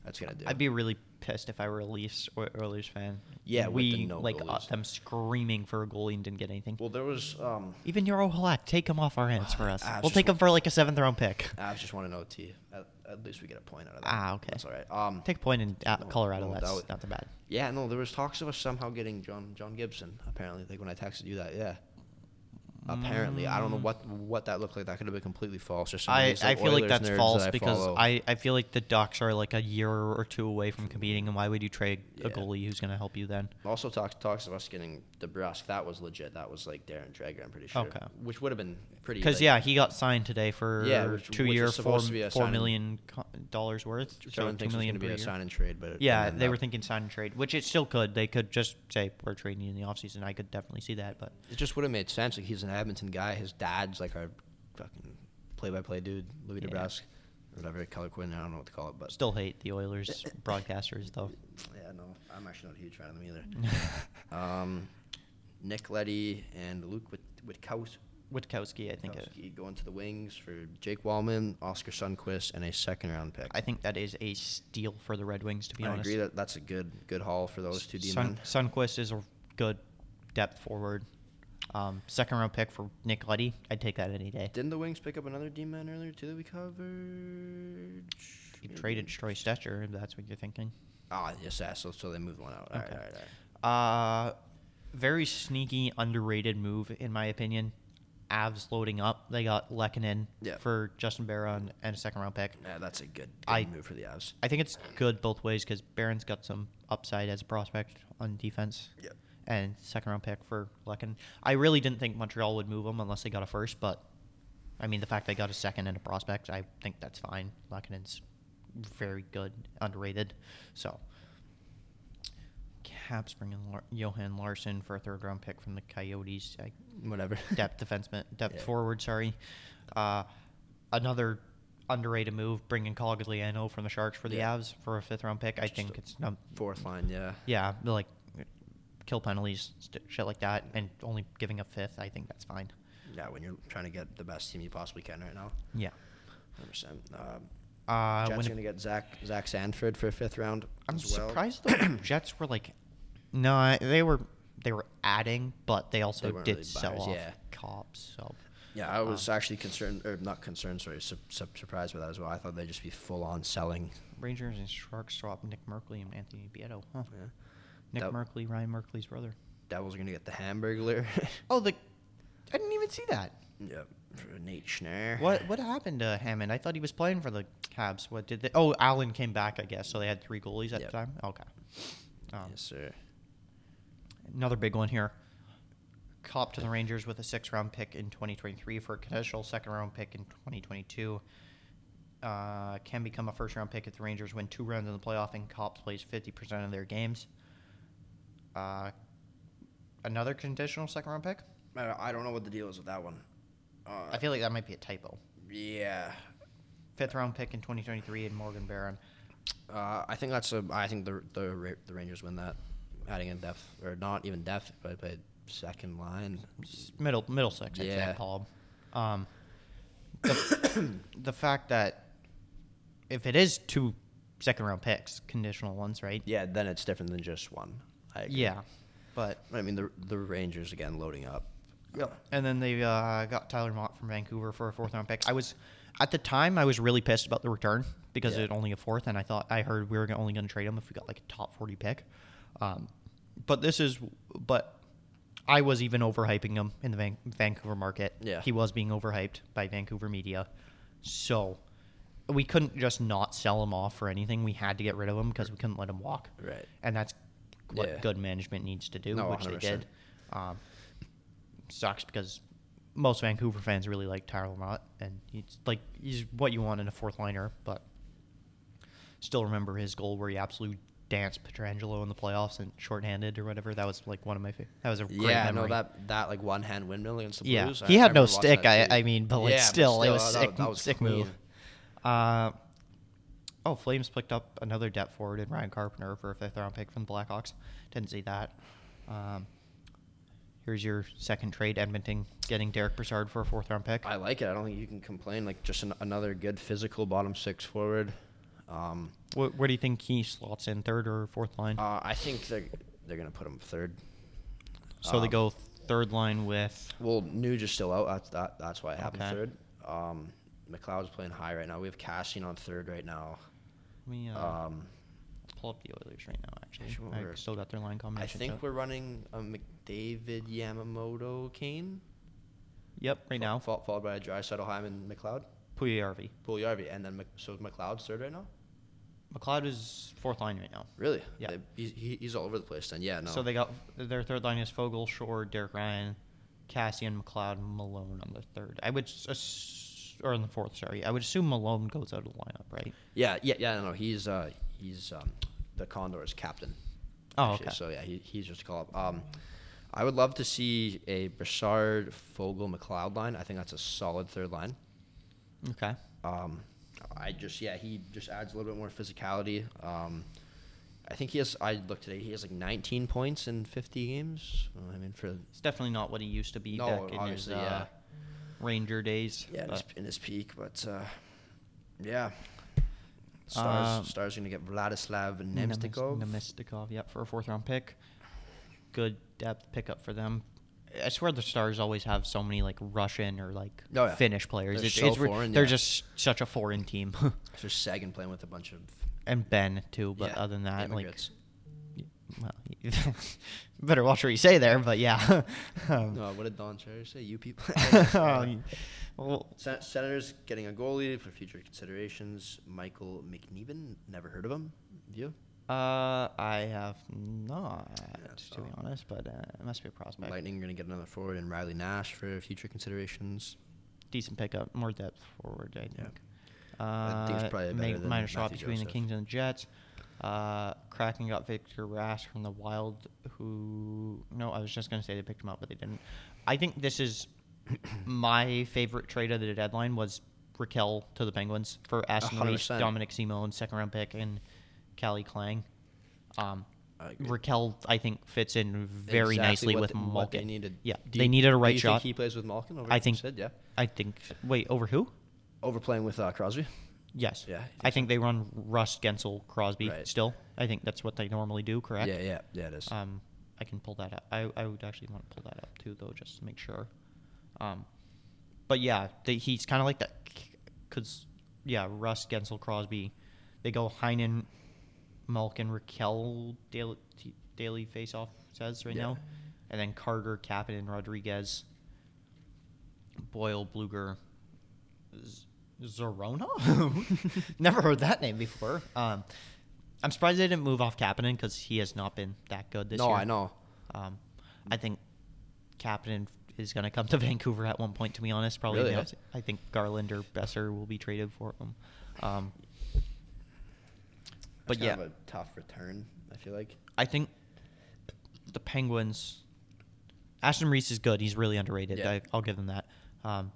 [SPEAKER 2] that's gonna do.
[SPEAKER 1] I'd be really pissed if I were a Leafs or Oilers fan.
[SPEAKER 2] Yeah, with
[SPEAKER 1] we
[SPEAKER 2] the no
[SPEAKER 1] like uh,
[SPEAKER 2] goalies.
[SPEAKER 1] them screaming for a goalie and didn't get anything.
[SPEAKER 2] well. There was um,
[SPEAKER 1] Even Euro Halak, take him off our hands
[SPEAKER 2] [SIGHS]
[SPEAKER 1] for us.
[SPEAKER 2] I
[SPEAKER 1] We'll
[SPEAKER 2] was Ah, just
[SPEAKER 1] take
[SPEAKER 2] wa-
[SPEAKER 1] him for like a seventh round pick.
[SPEAKER 2] I just want an OT. At, at least we get a point out of that.
[SPEAKER 1] Ah, okay.
[SPEAKER 2] That's all right. Um,
[SPEAKER 1] Take a point in uh,
[SPEAKER 2] no,
[SPEAKER 1] Colorado.
[SPEAKER 2] no, that
[SPEAKER 1] that's
[SPEAKER 2] would-
[SPEAKER 1] not that bad.
[SPEAKER 2] yeah, no, there was talks of us somehow getting John John Gibson. Apparently, like when I texted you that, yeah. Apparently, I don't know what what that looked like. That could have been completely false. Or something.
[SPEAKER 1] I,
[SPEAKER 2] These,
[SPEAKER 1] I feel like
[SPEAKER 2] Oilers
[SPEAKER 1] that's
[SPEAKER 2] nerds that
[SPEAKER 1] false because
[SPEAKER 2] follow-
[SPEAKER 1] I, I feel like the Ducks are like a year or two away from competing, and why would you trade
[SPEAKER 2] Yeah.
[SPEAKER 1] a goalie who's going to help you then?
[SPEAKER 2] Also, talks talks of us getting DeBrusque. That was legit. That was like Darren Dreger. I'm pretty sure.
[SPEAKER 1] Okay.
[SPEAKER 2] Which would have been pretty.
[SPEAKER 1] Because
[SPEAKER 2] like,
[SPEAKER 1] yeah, he got signed today for
[SPEAKER 2] Yeah, which-
[SPEAKER 1] two
[SPEAKER 2] which
[SPEAKER 1] year,
[SPEAKER 2] was
[SPEAKER 1] four,
[SPEAKER 2] supposed to be a
[SPEAKER 1] four
[SPEAKER 2] sign-
[SPEAKER 1] million co- dollars worth. So
[SPEAKER 2] Someone
[SPEAKER 1] two
[SPEAKER 2] thinks it's
[SPEAKER 1] million
[SPEAKER 2] gonna
[SPEAKER 1] per
[SPEAKER 2] be a
[SPEAKER 1] year.
[SPEAKER 2] sign and trade, but
[SPEAKER 1] Yeah,
[SPEAKER 2] and then
[SPEAKER 1] they were
[SPEAKER 2] that-
[SPEAKER 1] thinking sign and trade, which it still could. They could just say we're trading you in the offseason. I could definitely see that, but
[SPEAKER 2] it just would have made sense. Like he's an Edmonton guy. His dad's like our fucking play-by-play dude, Louis
[SPEAKER 1] Yeah.
[SPEAKER 2] DeBrusque, whatever color Quinn. I don't know what to call it, but
[SPEAKER 1] still hate the Oilers broadcasters though.
[SPEAKER 2] Yeah, no, I'm actually not a huge fan of them either. [LAUGHS] um, Nick Letty and Luke with with Kaus.
[SPEAKER 1] Witkowski, I think uh, it-
[SPEAKER 2] going to the wings for Jake Wallman, Oscar Sundquist, and a second-round pick.
[SPEAKER 1] I think that is a steal for the Red Wings. To be
[SPEAKER 2] I
[SPEAKER 1] honest,
[SPEAKER 2] agree that that's a good good haul for those two D men.
[SPEAKER 1] Sun, Sunquist is a good depth forward. Um, second round pick for Nick Letty, I'd take that any day.
[SPEAKER 2] Didn't the Wings pick up another D man earlier too that we covered?
[SPEAKER 1] You traded Troy Stetcher, if that's what you're thinking.
[SPEAKER 2] Ah, yes, yeah, so, so they moved one out. All right,
[SPEAKER 1] Okay.
[SPEAKER 2] all right, all
[SPEAKER 1] Uh,
[SPEAKER 2] right.
[SPEAKER 1] very sneaky, underrated move in my opinion. Avs loading up. They got Lekanen
[SPEAKER 2] Yeah.
[SPEAKER 1] for Justin Barron and a second round pick.
[SPEAKER 2] Yeah, that's a good, good
[SPEAKER 1] I-
[SPEAKER 2] move for the Avs.
[SPEAKER 1] I think it's good both ways because Barron's got some upside as a prospect on defense.
[SPEAKER 2] Yep.
[SPEAKER 1] And second round pick for Lekin. I really didn't think Montreal would move him unless they got a first, but I mean the fact they got a second and a prospect, I think that's fine. Lekinen's very good, underrated. So Caps bringing Lar- Johan Larson for a third round pick from the Coyotes. I
[SPEAKER 2] [LAUGHS] Whatever.
[SPEAKER 1] depth defenseman, depth
[SPEAKER 2] Yeah.
[SPEAKER 1] forward. Sorry, uh, another underrated move, bringing Cogliano from the Sharks for the
[SPEAKER 2] Yeah.
[SPEAKER 1] Avs for a fifth round pick. I
[SPEAKER 2] Just
[SPEAKER 1] think
[SPEAKER 2] a-
[SPEAKER 1] it's num-
[SPEAKER 2] Fourth line, yeah.
[SPEAKER 1] yeah, like kill penalties, st- shit like that, and only giving up fifth. I think that's fine.
[SPEAKER 2] Yeah, when you're trying to get the best team you possibly can right now.
[SPEAKER 1] Yeah,
[SPEAKER 2] 100%. Um,
[SPEAKER 1] uh,
[SPEAKER 2] Jets
[SPEAKER 1] when
[SPEAKER 2] going to get Zach Zach Sanford for a fifth round.
[SPEAKER 1] I'm
[SPEAKER 2] as well. [CLEARS THROAT]
[SPEAKER 1] surprised the Jets were like, no, I- they were they were adding, but they also
[SPEAKER 2] They weren't
[SPEAKER 1] did
[SPEAKER 2] really
[SPEAKER 1] sell
[SPEAKER 2] buyers,
[SPEAKER 1] off
[SPEAKER 2] yeah.
[SPEAKER 1] cops. So
[SPEAKER 2] Yeah, I was
[SPEAKER 1] um,
[SPEAKER 2] actually concerned, or not concerned, sorry, su- su- surprised by that as well. I thought they'd just be full on selling.
[SPEAKER 1] Rangers and Sharks swap Nick Merkley and Anthony Bieto. Huh.
[SPEAKER 2] Yeah.
[SPEAKER 1] Nick
[SPEAKER 2] That-
[SPEAKER 1] Merkley, Ryan Merkley's brother.
[SPEAKER 2] Devils are going to get the Hamburglar. [LAUGHS]
[SPEAKER 1] Oh, the I didn't even see that.
[SPEAKER 2] yep, for Nate Schnare.
[SPEAKER 1] What what happened to Hammond? I thought he was playing for the Cabs. What did they? Oh, Allen came back, I guess. So they had three goalies at
[SPEAKER 2] Yep.
[SPEAKER 1] the time. Okay. Um,
[SPEAKER 2] Yes, sir.
[SPEAKER 1] Another big one here. Cop to the Rangers with a six round pick in 2023 for a potential second round pick in 2022. Uh, can become a first round pick if the Rangers win two rounds in the playoff and Cop plays 50% of their games. Uh, another conditional second round pick?
[SPEAKER 2] I I don't know what the deal is with that one. Uh,
[SPEAKER 1] I feel like that might be a typo.
[SPEAKER 2] yeah.
[SPEAKER 1] Fifth round pick in 2023 and Morgan Barron.
[SPEAKER 2] Uh, I think that's a. I think the the Ra- the Rangers win that, adding in depth or not even depth, but, but second line.
[SPEAKER 1] S- middle middle six. I'd say
[SPEAKER 2] Yeah.
[SPEAKER 1] I'd call 'em. Um, the, [COUGHS] the fact that if it is two second round picks, conditional ones, right?
[SPEAKER 2] Yeah, then it's different than just one. I agree.
[SPEAKER 1] Yeah, but
[SPEAKER 2] I mean the the Rangers again loading up.
[SPEAKER 1] and then they uh, got Tyler Mott from Vancouver for a fourth round pick. I was at the time I was really pissed about the return because
[SPEAKER 2] Yeah.
[SPEAKER 1] it only a fourth, and I thought I heard we were only going to trade him if we got like a top forty pick. Um, but this is but. I was even overhyping him in the Van- Vancouver market.
[SPEAKER 2] Yeah.
[SPEAKER 1] He was being overhyped by Vancouver media. So we couldn't just not sell him off for anything. We had to get rid of him because we couldn't let him walk.
[SPEAKER 2] Right.
[SPEAKER 1] And that's what
[SPEAKER 2] Yeah.
[SPEAKER 1] good management needs to do,
[SPEAKER 2] No,
[SPEAKER 1] which they
[SPEAKER 2] 100%.
[SPEAKER 1] did. Um, sucks because most Vancouver fans really like Tyler Mott, and he's like he's what you want in a fourth liner. But still remember his goal where he absolutely danced Petrangelo in the playoffs and shorthanded or whatever. That was like one of my favorite. That was a great
[SPEAKER 2] yeah,
[SPEAKER 1] memory.
[SPEAKER 2] no, that that like one hand windmill against the
[SPEAKER 1] yeah,
[SPEAKER 2] Blues. I-
[SPEAKER 1] he
[SPEAKER 2] I
[SPEAKER 1] had no
[SPEAKER 2] remember watching
[SPEAKER 1] stick. I,
[SPEAKER 2] that too.
[SPEAKER 1] I mean, but like
[SPEAKER 2] Yeah,
[SPEAKER 1] still, it was
[SPEAKER 2] uh,
[SPEAKER 1] sick, sick move.
[SPEAKER 2] clean.
[SPEAKER 1] Uh, oh, Flames picked up another depth forward in Ryan Carpenter for a fifth round pick from the Blackhawks. Didn't see that. Um, Here's your second trade, Edmonton getting Derek Broussard for a fourth round pick.
[SPEAKER 2] I like it. I don't think you can complain. Like just an, another good physical bottom six forward. Um,
[SPEAKER 1] Wh- where do you think he slots in, third or fourth line?
[SPEAKER 2] uh, I think they're they're gonna put him third.
[SPEAKER 1] so they
[SPEAKER 2] um,
[SPEAKER 1] go third line with.
[SPEAKER 2] Well, Nuge is still out. That's that, that's why it happened
[SPEAKER 1] Okay.
[SPEAKER 2] third. Um, McLeod's playing high right now. We have Cassian on third right now.
[SPEAKER 1] Let me uh,
[SPEAKER 2] Um,
[SPEAKER 1] pull up the Oilers right now. Actually,
[SPEAKER 2] Actually, what
[SPEAKER 1] I
[SPEAKER 2] we're-
[SPEAKER 1] still got their line
[SPEAKER 2] I
[SPEAKER 1] combination.
[SPEAKER 2] think we're running a McDavid Yamamoto Kane
[SPEAKER 1] Yep, right now.
[SPEAKER 2] Fo- followed by a Drysaddle Hyman McLeod,
[SPEAKER 1] Puyarvi.
[SPEAKER 2] Pugliarvi, and then Mc, so McLeod's third right now.
[SPEAKER 1] McLeod is fourth line right now.
[SPEAKER 2] Really?
[SPEAKER 1] Yeah.
[SPEAKER 2] They- he's, he, he's all over the place. Then yeah, no.
[SPEAKER 1] So they got their third line is Fogel, Shore, Derek Ryan, Cassian, McLeod, Malone on the third. I would s- ass- or on the fourth. Sorry, I would assume Malone goes out of the lineup, right?
[SPEAKER 2] Yeah, yeah, yeah. No, he's uh, he's um, the Condor's captain.
[SPEAKER 1] Oh,
[SPEAKER 2] actually,
[SPEAKER 1] okay.
[SPEAKER 2] So yeah, he, he's just a call up. Um, I would love to see a Broussard, Fogel, McLeod line. I think that's a solid third line.
[SPEAKER 1] Okay.
[SPEAKER 2] Um, I just yeah, he just adds a little bit more physicality. Um, I think he has. I looked today. He has like 19 points in 50 games. Uh, I mean, for
[SPEAKER 1] It's definitely not what he used to be
[SPEAKER 2] No,
[SPEAKER 1] back in his
[SPEAKER 2] obviously,
[SPEAKER 1] uh, Ranger days.
[SPEAKER 2] yeah, in
[SPEAKER 1] but-
[SPEAKER 2] his, in his peak, but uh, yeah. Stars,
[SPEAKER 1] Um,
[SPEAKER 2] Stars gonna get Vladislav
[SPEAKER 1] Nemes-
[SPEAKER 2] Nemstikov.
[SPEAKER 1] Nemestikov, yep, for a fourth round pick. Good depth pickup for them. I swear the Stars always have so many like Russian or like
[SPEAKER 2] Oh, yeah.
[SPEAKER 1] Finnish players.
[SPEAKER 2] They're
[SPEAKER 1] it's,
[SPEAKER 2] so
[SPEAKER 1] it's re-
[SPEAKER 2] foreign,
[SPEAKER 1] they're
[SPEAKER 2] yeah.
[SPEAKER 1] just such a foreign team. [LAUGHS]
[SPEAKER 2] It's just Sagan playing with a bunch of.
[SPEAKER 1] and Ben too, but
[SPEAKER 2] yeah,
[SPEAKER 1] other than that,
[SPEAKER 2] immigrants.
[SPEAKER 1] like, well, [LAUGHS] better watch what you say there. But yeah, [LAUGHS] um,
[SPEAKER 2] No, what did Don Cherry say?
[SPEAKER 1] [LAUGHS]
[SPEAKER 2] You [LAUGHS] people.
[SPEAKER 1] um, well,
[SPEAKER 2] Sen- Senators getting a goalie for future considerations. Michael McNevin, never heard of him. You?
[SPEAKER 1] uh, I have not,
[SPEAKER 2] Yeah,
[SPEAKER 1] to be
[SPEAKER 2] so-
[SPEAKER 1] honest, but uh, it must be a prospect.
[SPEAKER 2] Lightning are gonna get another forward and Riley Nash for future considerations.
[SPEAKER 1] decent pickup, more depth forward, I
[SPEAKER 2] Yeah.
[SPEAKER 1] think.
[SPEAKER 2] I think it's
[SPEAKER 1] Uh,
[SPEAKER 2] probably
[SPEAKER 1] ma-
[SPEAKER 2] better than
[SPEAKER 1] minor swap
[SPEAKER 2] Matthew
[SPEAKER 1] between
[SPEAKER 2] Joseph.
[SPEAKER 1] the Kings and the Jets. Uh, Kraken got Victor Rask from the Wild, who no, I was just gonna say they picked him up, but they didn't. I think this
[SPEAKER 2] [CLEARS THROAT]
[SPEAKER 1] is my favorite trade of the deadline was Raquel to the Penguins for Aston Reese,
[SPEAKER 2] 100%.
[SPEAKER 1] Dominic Simone, second round pick, and Callie Klang. Um,
[SPEAKER 2] I agree.
[SPEAKER 1] Raquel, I think, fits in very
[SPEAKER 2] Exactly
[SPEAKER 1] nicely
[SPEAKER 2] what
[SPEAKER 1] with
[SPEAKER 2] the-
[SPEAKER 1] Malkin.
[SPEAKER 2] what they needed.
[SPEAKER 1] Yeah,
[SPEAKER 2] Do
[SPEAKER 1] they
[SPEAKER 2] you-
[SPEAKER 1] needed a
[SPEAKER 2] do
[SPEAKER 1] right
[SPEAKER 2] you
[SPEAKER 1] shot.
[SPEAKER 2] Think he plays with Malkin. Over
[SPEAKER 1] I think.
[SPEAKER 2] Sid? yeah.
[SPEAKER 1] I think. Wait, over who?
[SPEAKER 2] Overplaying with uh, Crosby.
[SPEAKER 1] Yes.
[SPEAKER 2] Yeah, you
[SPEAKER 1] I
[SPEAKER 2] think
[SPEAKER 1] think they run Rust, Gensel, Crosby
[SPEAKER 2] Right.
[SPEAKER 1] still. I think that's what they normally do, correct?
[SPEAKER 2] Yeah, yeah, yeah. It is.
[SPEAKER 1] Um, I can pull that up. I, I would actually want to pull that up too, though, just to make sure. Um, but yeah, they, he's kind of like that. Because, yeah, Rust, Gensel, Crosby. They go Heinen, Malkin, Raquel, daily, daily face off says right
[SPEAKER 2] Yeah.
[SPEAKER 1] now. And then Carter, Kapanen, Rodriguez, Boyle, Bluger, Z- Zorona? [LAUGHS] Never heard that name before. Um, I'm surprised they didn't move off Kapanen because he has not been that good this
[SPEAKER 2] no,
[SPEAKER 1] year.
[SPEAKER 2] I know.
[SPEAKER 1] Um, I think Kapanen is going to come to [LAUGHS] Vancouver at one point. To be honest, probably.
[SPEAKER 2] Really?
[SPEAKER 1] not. I think Garland or Besser will be traded for him. Um, but
[SPEAKER 2] That's
[SPEAKER 1] yeah,
[SPEAKER 2] kind of a tough return. I feel like.
[SPEAKER 1] I think the Penguins. Ashton Reese is good. He's really underrated.
[SPEAKER 2] Yeah.
[SPEAKER 1] I, I'll give him that. Um,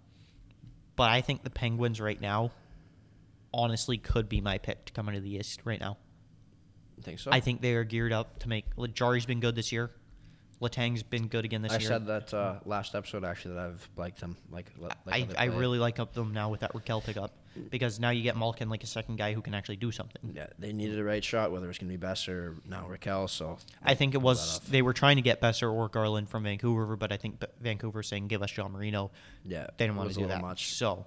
[SPEAKER 1] but I think the Penguins right now, honestly, could be my pick to come into the East right now.
[SPEAKER 2] You think so?
[SPEAKER 1] I think they are geared up to make. Jari's been good this year. Latang's been good again this
[SPEAKER 2] I
[SPEAKER 1] year.
[SPEAKER 2] said that uh, last episode actually that I've liked them. Like, li- like how
[SPEAKER 1] I,
[SPEAKER 2] they
[SPEAKER 1] I
[SPEAKER 2] play.
[SPEAKER 1] really like up them now with that Raquel pickup because now you get Malkin like a second guy who can actually do something.
[SPEAKER 2] Yeah, they needed a right shot, whether it's gonna be Bess or now Raquel. So
[SPEAKER 1] I think it
[SPEAKER 2] pulled
[SPEAKER 1] was
[SPEAKER 2] that off.
[SPEAKER 1] they were trying to get Besser or Garland from Vancouver, but I think B- Vancouver saying give us John Marino.
[SPEAKER 2] Yeah,
[SPEAKER 1] they
[SPEAKER 2] it
[SPEAKER 1] didn't want
[SPEAKER 2] was
[SPEAKER 1] to
[SPEAKER 2] a
[SPEAKER 1] do
[SPEAKER 2] little
[SPEAKER 1] that
[SPEAKER 2] much.
[SPEAKER 1] much. So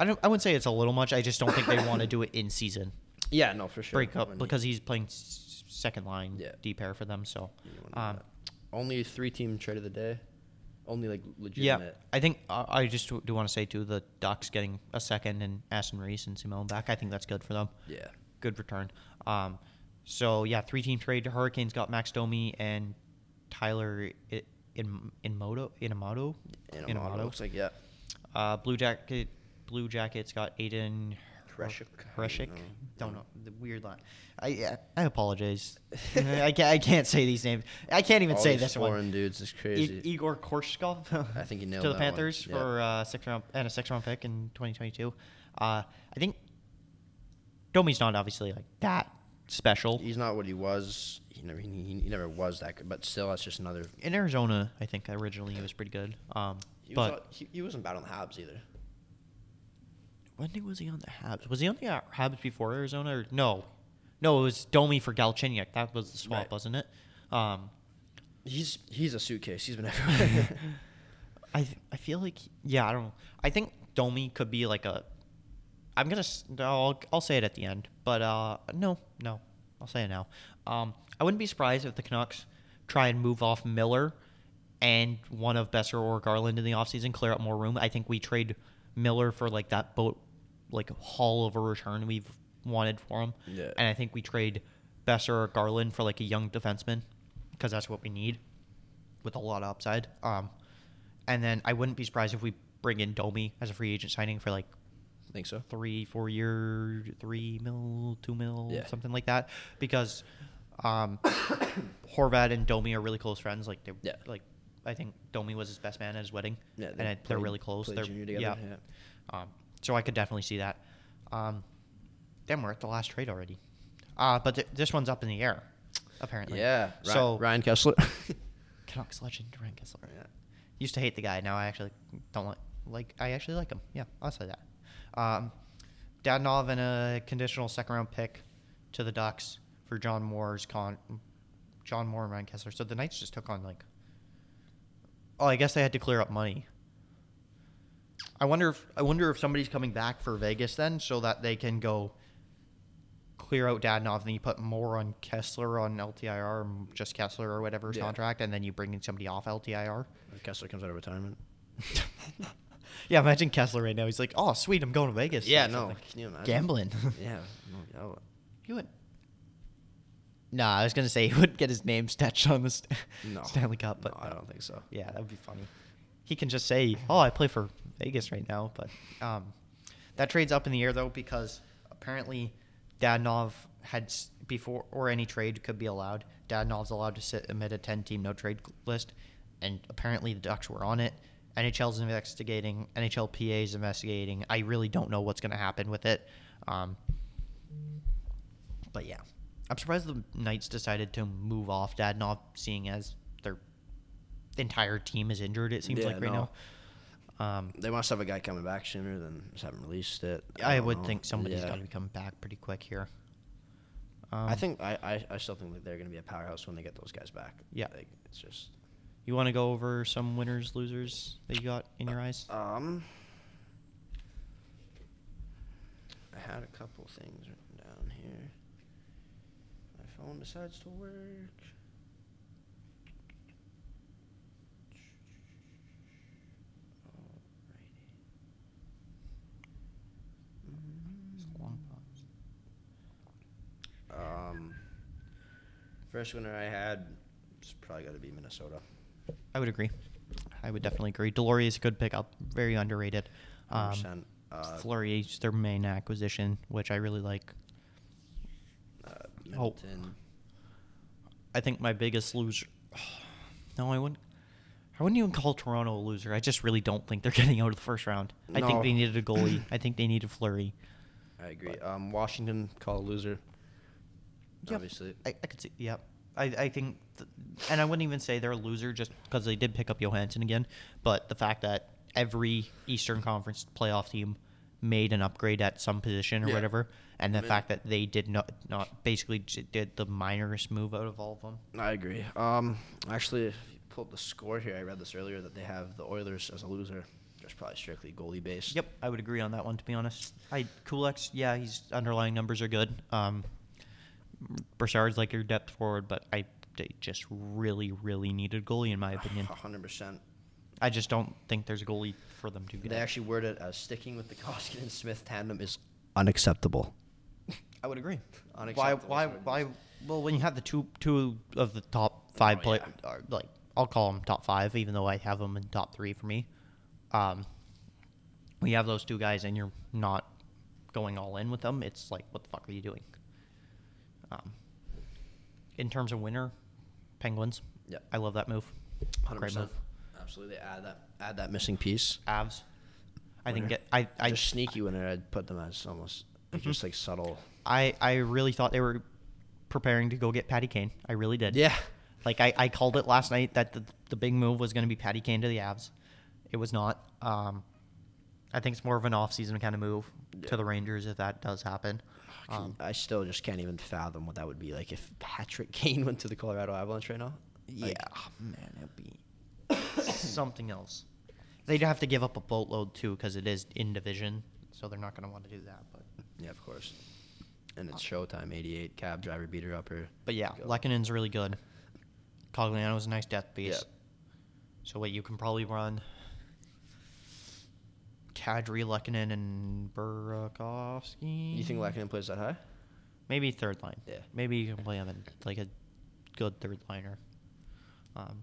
[SPEAKER 1] I don't. I wouldn't say it's a little much. I just don't think they want to do it in season
[SPEAKER 2] [LAUGHS] Yeah, no, for sure.
[SPEAKER 1] break up
[SPEAKER 2] When you-
[SPEAKER 1] because he's playing s- second line
[SPEAKER 2] Yeah.
[SPEAKER 1] D pair for them. So
[SPEAKER 2] you don't wanna do
[SPEAKER 1] um,
[SPEAKER 2] that. only three team trade of the day, only like
[SPEAKER 1] yeah,
[SPEAKER 2] legitimate.
[SPEAKER 1] I think uh, I just do want to say too the Ducks getting a second and Aston Reese and Simone back. I think that's good for them.
[SPEAKER 2] Yeah,
[SPEAKER 1] good return. Um, so yeah, three team trade. Hurricanes got Max Domi and Tyler I- in in Moto in Amato
[SPEAKER 2] in a model, looks like yeah.
[SPEAKER 1] uh, Blue Jacket Blue Jackets got Aiden Hre-
[SPEAKER 2] Hreshik?
[SPEAKER 1] Hreshik?
[SPEAKER 2] I don't
[SPEAKER 1] Don't
[SPEAKER 2] know.
[SPEAKER 1] know the weird line. I yeah, I apologize. [LAUGHS] I can't I can't say these names. I can't even
[SPEAKER 2] All
[SPEAKER 1] say
[SPEAKER 2] these
[SPEAKER 1] this
[SPEAKER 2] foreign
[SPEAKER 1] one. E-,
[SPEAKER 2] dudes is
[SPEAKER 1] I-
[SPEAKER 2] crazy.
[SPEAKER 1] Igor Korshkov. [LAUGHS]
[SPEAKER 2] I think you nailed
[SPEAKER 1] to the
[SPEAKER 2] that one.
[SPEAKER 1] Panthers
[SPEAKER 2] Yeah.
[SPEAKER 1] for uh, six round and a six round pick in 2022. Uh, I think Domi's not obviously like that special.
[SPEAKER 2] He's not what he was. He he never he, he never was that good, but still, that's just another.
[SPEAKER 1] In Arizona, I think originally he was pretty good. Um,
[SPEAKER 2] He,
[SPEAKER 1] but
[SPEAKER 2] was, he, he wasn't bad on the Habs either.
[SPEAKER 1] when was he on the Habs? Was he on the uh, Habs before Arizona? Or no, no, it was Domi for Galchenyuk. That was the swap,
[SPEAKER 2] Right.
[SPEAKER 1] wasn't it? Um,
[SPEAKER 2] He's he's a suitcase. [LAUGHS] He's been everywhere.
[SPEAKER 1] I th- I feel like yeah, I don't. know. I think Domi could be like a. I'm gonna s- no, I'll, I'll say it at the end, but uh, no, no, I'll say it now. Um, I wouldn't be surprised if the Canucks try and move off Miller and one of Besser or Garland in the offseason, clear up more room. I think we trade Miller for like that boat, like haul of a return we've wanted for him,
[SPEAKER 2] Yeah.
[SPEAKER 1] and I think we trade Besser or Garland for like a young defenseman because that's what we need with a lot of upside. Um, and then I wouldn't be surprised if we bring in Domi as a free agent signing for like [LAUGHS]
[SPEAKER 2] Think so?
[SPEAKER 1] three, four year, three mil, two mil,
[SPEAKER 2] Yeah.
[SPEAKER 1] something like that, because um, [COUGHS] Horvat and Domi are really close friends. Like they,
[SPEAKER 2] Yeah.
[SPEAKER 1] like I think Domi was his best man at his wedding,
[SPEAKER 2] Yeah, they
[SPEAKER 1] and I- they're
[SPEAKER 2] played-
[SPEAKER 1] really close.
[SPEAKER 2] played
[SPEAKER 1] They're
[SPEAKER 2] junior together,
[SPEAKER 1] yeah. Um, so I could definitely see that. Um, damn, we're at the last trade already. Uh, but th- this one's up in the air, apparently.
[SPEAKER 2] Yeah. Ry-
[SPEAKER 1] So [LAUGHS]
[SPEAKER 2] Ryan Kessler. [LAUGHS]
[SPEAKER 1] Canucks legend Ryan Kessler.
[SPEAKER 2] Yeah.
[SPEAKER 1] Used to hate the guy. Now I actually don't like. Like I actually like him. Yeah, I'll say that. Um, Dadnov and a conditional second round pick to the Ducks for John Moore's con. John Moore and Ryan Kessler. So the Knights just took on like. Oh, I guess they had to clear up money. I wonder if I wonder if somebody's coming back for Vegas then, so that they can go clear out Dadnov, and then you put more on Kessler on LTIR, m- just Kessler or whatever's
[SPEAKER 2] Yeah.
[SPEAKER 1] contract, and then you bring in somebody off LTIR.
[SPEAKER 2] Kessler comes out of retirement.
[SPEAKER 1] Yeah, imagine Kessler right now. He's like, oh, sweet, I'm going to Vegas.
[SPEAKER 2] Yeah,
[SPEAKER 1] or
[SPEAKER 2] no,
[SPEAKER 1] something.
[SPEAKER 2] can you imagine?
[SPEAKER 1] Gambling.
[SPEAKER 2] Yeah. No, no.
[SPEAKER 1] [LAUGHS] he would. Nah, I was going to say he wouldn't get his name stitched [LAUGHS] on the st-
[SPEAKER 2] No.
[SPEAKER 1] Stanley Cup, but
[SPEAKER 2] No, I don't think so.
[SPEAKER 1] Yeah, that would be funny. He can just say, "Oh, I play for Vegas right now," but um, that trade's up in the air though because apparently Dadnov had s- before or any trade could be allowed. Dadnov's allowed to sit amid a ten-team no-trade list, and apparently the Ducks were on it. NHL's investigating. NHLPA's investigating. I really don't know what's going to happen with it. Um, but yeah, I'm surprised the Knights decided to move off Dadnov, seeing as their entire team is injured. It seems
[SPEAKER 2] Yeah,
[SPEAKER 1] like right
[SPEAKER 2] no.
[SPEAKER 1] now. Um,
[SPEAKER 2] They must have a guy coming back sooner than just haven't released it.
[SPEAKER 1] I,
[SPEAKER 2] don't
[SPEAKER 1] would
[SPEAKER 2] know.
[SPEAKER 1] think somebody's
[SPEAKER 2] Yeah.
[SPEAKER 1] got to be coming back pretty quick here.
[SPEAKER 2] I
[SPEAKER 1] Um,
[SPEAKER 2] think I, I, I still think that they're going to be a powerhouse when they get those guys back.
[SPEAKER 1] Yeah.
[SPEAKER 2] Like, it's just
[SPEAKER 1] you want to go over some winners, losers that you got in your eyes.
[SPEAKER 2] um. I had a couple things written down here. My phone decides to work. uh,
[SPEAKER 1] It's a long pause.
[SPEAKER 2] Um, first winner I had is probably got to be Minnesota.
[SPEAKER 1] I would agree. I would definitely agree. Delory is a good pickup, very underrated. Um,
[SPEAKER 2] 100%, uh,
[SPEAKER 1] Fleury's their main acquisition, which I really like.
[SPEAKER 2] Uh,
[SPEAKER 1] Oh.
[SPEAKER 2] Middleton.
[SPEAKER 1] I think my biggest loser. [SIGHS] No, I wouldn't. I wouldn't even call Toronto a loser. I just really don't think they're [LAUGHS] getting out of the first round. I
[SPEAKER 2] No.
[SPEAKER 1] think they [CLEARS THROAT] needed a goalie. I think they needed Flurry.
[SPEAKER 2] I agree. Um, Washington call a loser. Obviously.
[SPEAKER 1] I, I could see. Yep. I, I think, th- and I wouldn't even say they're a loser just because they did pick up Johansson again. But the fact that every Eastern Conference playoff team made an upgrade at some position or
[SPEAKER 2] Yeah.
[SPEAKER 1] whatever, and the
[SPEAKER 2] I mean-
[SPEAKER 1] fact that they did not not basically j- did the minorest move out of all of them.
[SPEAKER 2] I agree. Um, actually, if you pulled the score here. I read this earlier that they have the Oilers as a loser. Just probably strictly goalie based.
[SPEAKER 1] Yep, I would agree on that one. To be honest, I Kulak's yeah, his underlying numbers are good. Um, Broussard's like your depth forward, but I they just really, really needed goalie in my
[SPEAKER 2] [SIGHS]
[SPEAKER 1] opinion.
[SPEAKER 2] hundred percent.
[SPEAKER 1] I just don't think there's a goalie for them to get.
[SPEAKER 2] They actually word it as sticking with the [LAUGHS] Koskinen and Smith tandem is unacceptable.
[SPEAKER 1] I would agree. Why?
[SPEAKER 2] Unacceptable
[SPEAKER 1] Why?
[SPEAKER 2] is what
[SPEAKER 1] Why? Well, when you have the two two of the top five
[SPEAKER 2] Oh,
[SPEAKER 1] play,
[SPEAKER 2] yeah.
[SPEAKER 1] or, like I'll call them top five, even though I have them in top three for me. Um, when you have those two guys and you're not going all in with them, it's like, what the fuck are you doing? Um, in terms of winner, Penguins.
[SPEAKER 2] Yep.
[SPEAKER 1] I love that move.
[SPEAKER 2] Hundred
[SPEAKER 1] Great
[SPEAKER 2] percent.
[SPEAKER 1] move.
[SPEAKER 2] Absolutely. Add that. Add that missing piece.
[SPEAKER 1] Avs. I think
[SPEAKER 2] Winner.
[SPEAKER 1] get I Mm-hmm. I
[SPEAKER 2] just sneaky winner. I'd put them as almost just like subtle.
[SPEAKER 1] I I really thought they were preparing to go get Patty Kane. I really did.
[SPEAKER 2] Yeah.
[SPEAKER 1] Like I, I called it last night that the, the big move was going to be Patty Kane to the Avs. It was not. Um, I think it's more of an off-season kind of move to the Rangers if that does
[SPEAKER 2] [SIGHS]
[SPEAKER 1] happen. Um,
[SPEAKER 2] I still just can't even fathom what that would be like if Patrick [LAUGHS] Kane went to the Colorado Avalanche right now. Like,
[SPEAKER 1] man, it'd be something else. They'd have to give up a boatload too because it is in division, so they're not going to want to do that. But
[SPEAKER 2] yeah, of course. And it's showtime. 88 cab driver beater upper.
[SPEAKER 1] but yeah,
[SPEAKER 2] Go.
[SPEAKER 1] Lekkonen's really good. Cogliano's a nice depth piece.
[SPEAKER 2] Yeah.
[SPEAKER 1] So what you can probably run Kadri, Lekkinen, and Burakovsky.
[SPEAKER 2] You think Lackinen plays that high?
[SPEAKER 1] Maybe third line.
[SPEAKER 2] Yeah.
[SPEAKER 1] Maybe you can play him in like a good third liner. Um,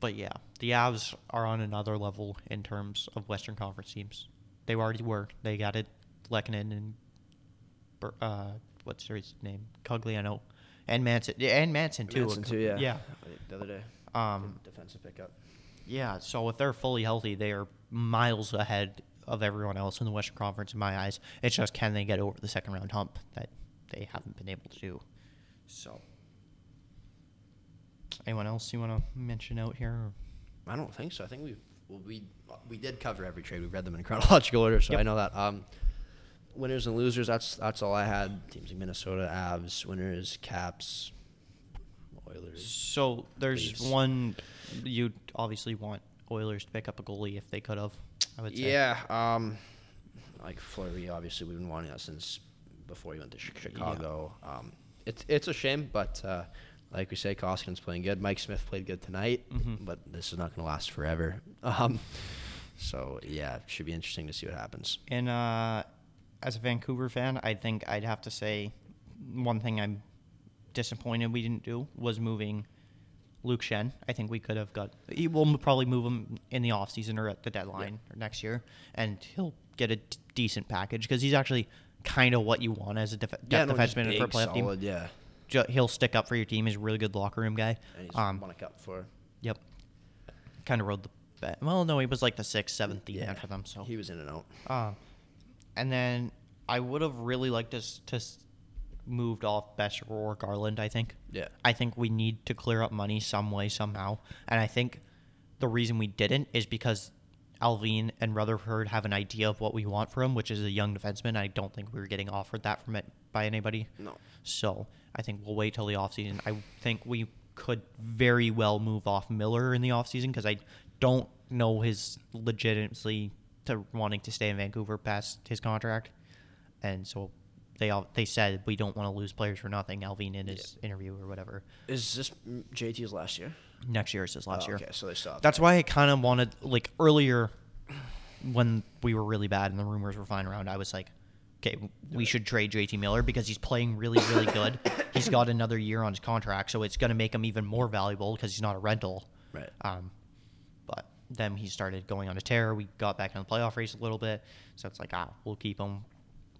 [SPEAKER 1] but yeah, the Avs are on another level in terms of Western Conference teams. They already were. They got it. Lekkonen and Bur- uh, what's his name? Cogliano, and Manson. Yeah, and Manson too.
[SPEAKER 2] Manson too, yeah.
[SPEAKER 1] Yeah.
[SPEAKER 2] The other day.
[SPEAKER 1] Um,
[SPEAKER 2] Good defensive pickup.
[SPEAKER 1] Yeah, so if they're fully healthy, they are miles ahead of everyone else in the Western Conference in my eyes. It's just can they get over the second round hump that they haven't been able to do. So, anyone else you want to mention out here? or-
[SPEAKER 2] I don't think so. I think we well, we we did cover every trade. We read them in [LAUGHS] chronological order, so I
[SPEAKER 1] Yep.
[SPEAKER 2] know that. Um, winners and losers. That's that's all I had. Teams like Minnesota, Avs, winners, Caps, Oilers.
[SPEAKER 1] So there's
[SPEAKER 2] Leafs.
[SPEAKER 1] one you'd obviously want Oilers to pick up a goalie if they could have. I would say.
[SPEAKER 2] Yeah. Um, like Flurry, obviously we've been wanting that since before he went to Chi- Chicago. Um, it's it's a shame, but uh, like we say, Koskinen's playing good. Mike Smith played good tonight,
[SPEAKER 1] Mhm.
[SPEAKER 2] but this is not going to last forever. [LAUGHS] Um, so yeah, it should be interesting to see what happens.
[SPEAKER 1] And uh, as a Vancouver fan, I think I'd have to say one thing I'm disappointed we didn't do was moving Luke Shen. I think we could have got. he- We'll m- probably move him in the offseason or at the deadline or next year, and he'll get a d- decent package because he's actually kind of what you want as a def- depth
[SPEAKER 2] no, just
[SPEAKER 1] defenseman for a
[SPEAKER 2] big,
[SPEAKER 1] playoff team.
[SPEAKER 2] solid, Yeah,
[SPEAKER 1] Ju- he'll stick up for your team. He's a really good locker room guy.
[SPEAKER 2] and he's
[SPEAKER 1] Um,
[SPEAKER 2] won a cup for.
[SPEAKER 1] yep. Kind of rode the. Ba- well, no, he was like the sixth, seventh man
[SPEAKER 2] Yeah,
[SPEAKER 1] for them. So
[SPEAKER 2] he was in and out.
[SPEAKER 1] um, and then I would have really liked us to s- moved off Besser or Garland. I think.
[SPEAKER 2] Yeah.
[SPEAKER 1] I think we need to clear up money some way somehow, and I think the reason we didn't is because Alvin and Rutherford have an idea of what we want from him, which is a young defenseman. I don't think we were getting offered that from it by anybody.
[SPEAKER 2] No.
[SPEAKER 1] So I think we'll wait till the offseason. I think we could very well move off Miller in the offseason because I don't know his legitimacy to wanting to stay in Vancouver past his contract. And so they all they said we don't want to lose players for nothing, Alvin in his interview or whatever.
[SPEAKER 2] Is this mm, JT's last year?
[SPEAKER 1] Next year is his last
[SPEAKER 2] Oh,
[SPEAKER 1] year.
[SPEAKER 2] Okay, so they still have
[SPEAKER 1] That's why I kind of wanted like earlier when we were really bad and the rumors were flying around. I was like, okay, we should trade JT Miller because he's playing really, really good. he's got another year on his contract, so it's going to make him even more valuable because he's not a rental.
[SPEAKER 2] Right.
[SPEAKER 1] Um, but then he started going on a tear. We got back in the playoff race a little bit, so it's like ah, we'll keep him,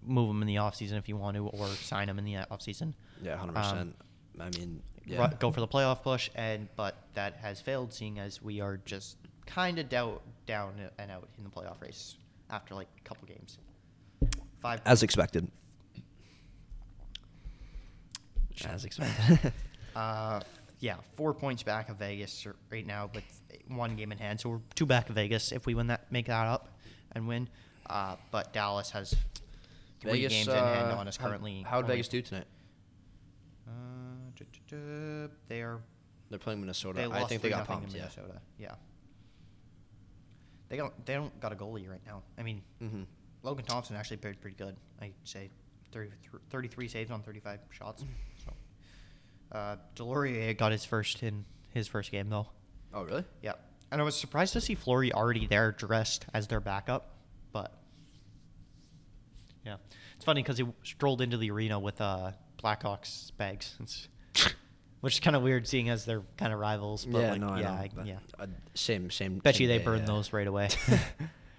[SPEAKER 1] move him in the offseason if you want to, or sign him in the offseason.
[SPEAKER 2] yeah, hundred
[SPEAKER 1] um,
[SPEAKER 2] percent. I mean, yeah.
[SPEAKER 1] ru- go for the playoff push, and but that has failed, seeing as we are just kind of doubt down and out in the playoff race after like a couple games. Five.
[SPEAKER 2] as expected. [LAUGHS] As expected.
[SPEAKER 1] uh, yeah, four points back of Vegas r- right now, but one game in hand, so we're two back of Vegas if we win that, make that up, and win. Uh, but Dallas has three games in hand
[SPEAKER 2] uh,
[SPEAKER 1] on us
[SPEAKER 2] how-
[SPEAKER 1] currently.
[SPEAKER 2] How would
[SPEAKER 1] only-
[SPEAKER 2] Vegas do tonight?
[SPEAKER 1] Uh, duh, duh, duh, they are
[SPEAKER 2] They're playing Minnesota.
[SPEAKER 1] They
[SPEAKER 2] I
[SPEAKER 1] lost
[SPEAKER 2] think they got
[SPEAKER 1] 3-0
[SPEAKER 2] pumped.
[SPEAKER 1] to
[SPEAKER 2] Yeah.
[SPEAKER 1] Minnesota. Yeah. They don't. They don't got a goalie right now. I mean,
[SPEAKER 2] Mhm.
[SPEAKER 1] Logan Thompson actually played pretty good. I say 30, 33 saves on thirty-five
[SPEAKER 2] Hmm.
[SPEAKER 1] shots. So, uh, Delorier got his first in his first game though.
[SPEAKER 2] Oh really?
[SPEAKER 1] Yeah, and I was surprised to see Flurry already there, dressed as their backup. But yeah, it's funny because he strolled into the arena with uh, Blackhawks bags.
[SPEAKER 2] [LAUGHS]
[SPEAKER 1] It's, which is kind of weird, seeing as they're kind of rivals. But like, yeah, I-
[SPEAKER 2] but,
[SPEAKER 1] yeah.
[SPEAKER 2] uh, same, same.
[SPEAKER 1] Bet
[SPEAKER 2] same
[SPEAKER 1] you they
[SPEAKER 2] day,
[SPEAKER 1] burned
[SPEAKER 2] yeah.
[SPEAKER 1] those right
[SPEAKER 2] [LAUGHS]
[SPEAKER 1] away.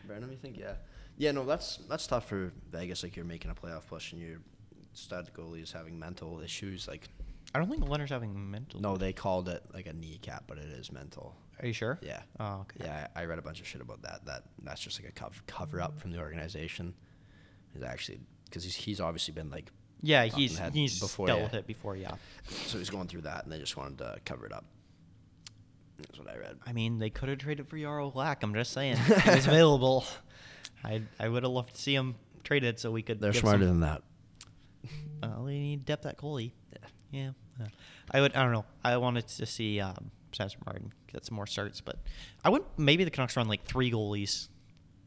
[SPEAKER 2] Burn them, you think? Yeah. Yeah, no, that's that's tough for Vegas. Like you're making a playoff push and your stud goalie is having mental issues. Like,
[SPEAKER 1] I don't think Leonard's having mental.
[SPEAKER 2] no, they called it like a kneecap, but it is mental.
[SPEAKER 1] Are you sure?
[SPEAKER 2] Yeah.
[SPEAKER 1] Oh, okay.
[SPEAKER 2] Yeah, I, I read a bunch of shit about that. That that's just like a cover cover up from the organization. Is actually because he's he's obviously been like
[SPEAKER 1] Yeah,
[SPEAKER 2] top of
[SPEAKER 1] he's
[SPEAKER 2] the head
[SPEAKER 1] he's
[SPEAKER 2] before,
[SPEAKER 1] dealt
[SPEAKER 2] yeah.
[SPEAKER 1] with it before. Yeah,
[SPEAKER 2] So he's going through that, and they just wanted to cover it up. That's what I read.
[SPEAKER 1] I mean they could have traded for Yarrow Black. I'm just
[SPEAKER 2] [LAUGHS]
[SPEAKER 1] saying he was available. I I would have loved to see him traded so we could.
[SPEAKER 2] They're
[SPEAKER 1] give
[SPEAKER 2] smarter
[SPEAKER 1] some-
[SPEAKER 2] than that.
[SPEAKER 1] Uh, they need depth at goalie. Yeah. yeah. I would. I don't know. I wanted to see um, Sasser Martin get some more starts, but I would maybe the Canucks run like three goalies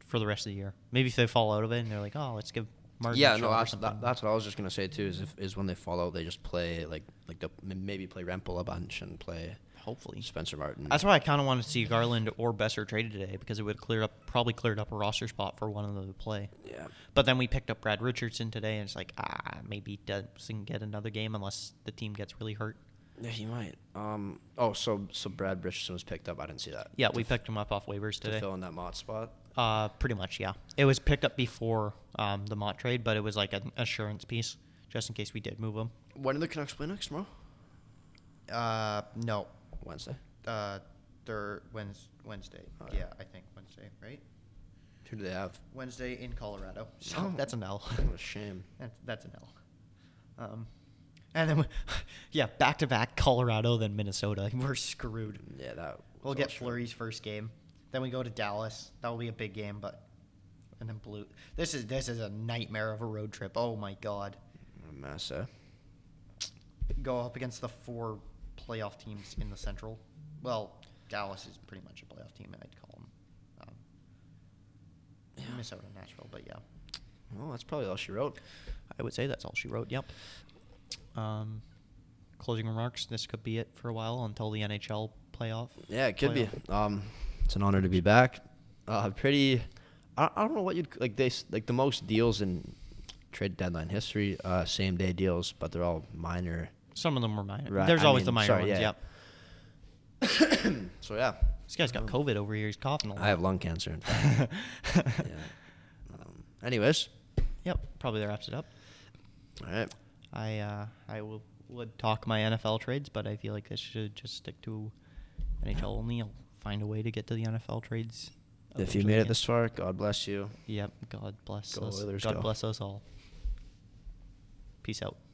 [SPEAKER 1] for the rest of the year. Maybe if they fall out of it and they're like, oh, let's give Martin.
[SPEAKER 2] yeah,
[SPEAKER 1] a
[SPEAKER 2] no,
[SPEAKER 1] shot or
[SPEAKER 2] that's,
[SPEAKER 1] something.
[SPEAKER 2] that, that's what I was just gonna say too. Is if, is when they fall out, they just play like like the maybe play Rempel a bunch and play
[SPEAKER 1] hopefully.
[SPEAKER 2] Spencer Martin.
[SPEAKER 1] That's why I kind of wanted to see Garland or Besser traded today because it would clear up probably cleared up a roster spot for one of them to play.
[SPEAKER 2] yeah.
[SPEAKER 1] But then we picked up Brad Richardson today, and it's like ah, maybe he doesn't get another game unless the team gets really hurt.
[SPEAKER 2] Yeah, he might. Um. Oh, so so Brad Richardson was picked up. I didn't see that.
[SPEAKER 1] Yeah,
[SPEAKER 2] To
[SPEAKER 1] we
[SPEAKER 2] f-
[SPEAKER 1] picked him up off waivers
[SPEAKER 2] to
[SPEAKER 1] today.
[SPEAKER 2] fill in that mod spot.
[SPEAKER 1] Uh, pretty much, yeah. It was picked up before um, the Mott trade, but it was like an assurance piece just in case we did move him.
[SPEAKER 2] When do the Canucks play next tomorrow?
[SPEAKER 1] Uh, no.
[SPEAKER 2] Wednesday.
[SPEAKER 1] Uh, they're Wednesday.
[SPEAKER 2] Oh, yeah. Yeah,
[SPEAKER 1] I think Wednesday, right?
[SPEAKER 2] Who do they have?
[SPEAKER 1] Wednesday in Colorado. [LAUGHS] So
[SPEAKER 2] Oh.
[SPEAKER 1] that's an L.
[SPEAKER 2] What a shame.
[SPEAKER 1] that's, that's an L. Um, and then, we, [LAUGHS] yeah, back to back Colorado, then Minnesota. [LAUGHS] We're screwed.
[SPEAKER 2] Yeah, that.
[SPEAKER 1] We'll
[SPEAKER 2] was
[SPEAKER 1] get
[SPEAKER 2] all short.
[SPEAKER 1] Flurry's first game. Then we go to Dallas. That will be a big game, but and then Blue. This is this is a nightmare of a road trip. Oh my god.
[SPEAKER 2] A mess, eh?
[SPEAKER 1] Go up against the four playoff teams in the Central. Well, Dallas is pretty much a playoff team, and I'd call them. Um, Minnesota, Nashville, but yeah.
[SPEAKER 2] Well, that's probably all she wrote.
[SPEAKER 1] I would say that's all she wrote. Yep. Um, closing remarks. This could be it for a while until the NHL playoff.
[SPEAKER 2] Yeah, it could be.
[SPEAKER 1] playoff.
[SPEAKER 2] Um, it's an honor to be back. Uh, pretty. I, I don't know what you'd like. They s- like the most deals in trade deadline history. Uh, same day deals, but they're all minor.
[SPEAKER 1] Some of them were minor.
[SPEAKER 2] Right,
[SPEAKER 1] There's
[SPEAKER 2] I
[SPEAKER 1] always the minor
[SPEAKER 2] mean, sorry,
[SPEAKER 1] ones.
[SPEAKER 2] yeah.
[SPEAKER 1] Yep.
[SPEAKER 2] So yeah, Um,
[SPEAKER 1] This guy's got COVID over here. He's coughing a lot.
[SPEAKER 2] Oh. I have lung cancer.
[SPEAKER 1] [LAUGHS]
[SPEAKER 2] In fact. [LAUGHS] yeah. Um, anyways,
[SPEAKER 1] Yep. Probably that wraps it up.
[SPEAKER 2] all right.
[SPEAKER 1] I uh, I will, would talk my NFL trades, but I feel like this should just stick to NHL only. I'll find a way to get to the NFL trades.
[SPEAKER 2] If you
[SPEAKER 1] eventually
[SPEAKER 2] made it
[SPEAKER 1] again.
[SPEAKER 2] this far, God bless you.
[SPEAKER 1] Yep. God bless
[SPEAKER 2] Go
[SPEAKER 1] us.
[SPEAKER 2] Oilers,
[SPEAKER 1] God
[SPEAKER 2] go.
[SPEAKER 1] bless us all. Peace out.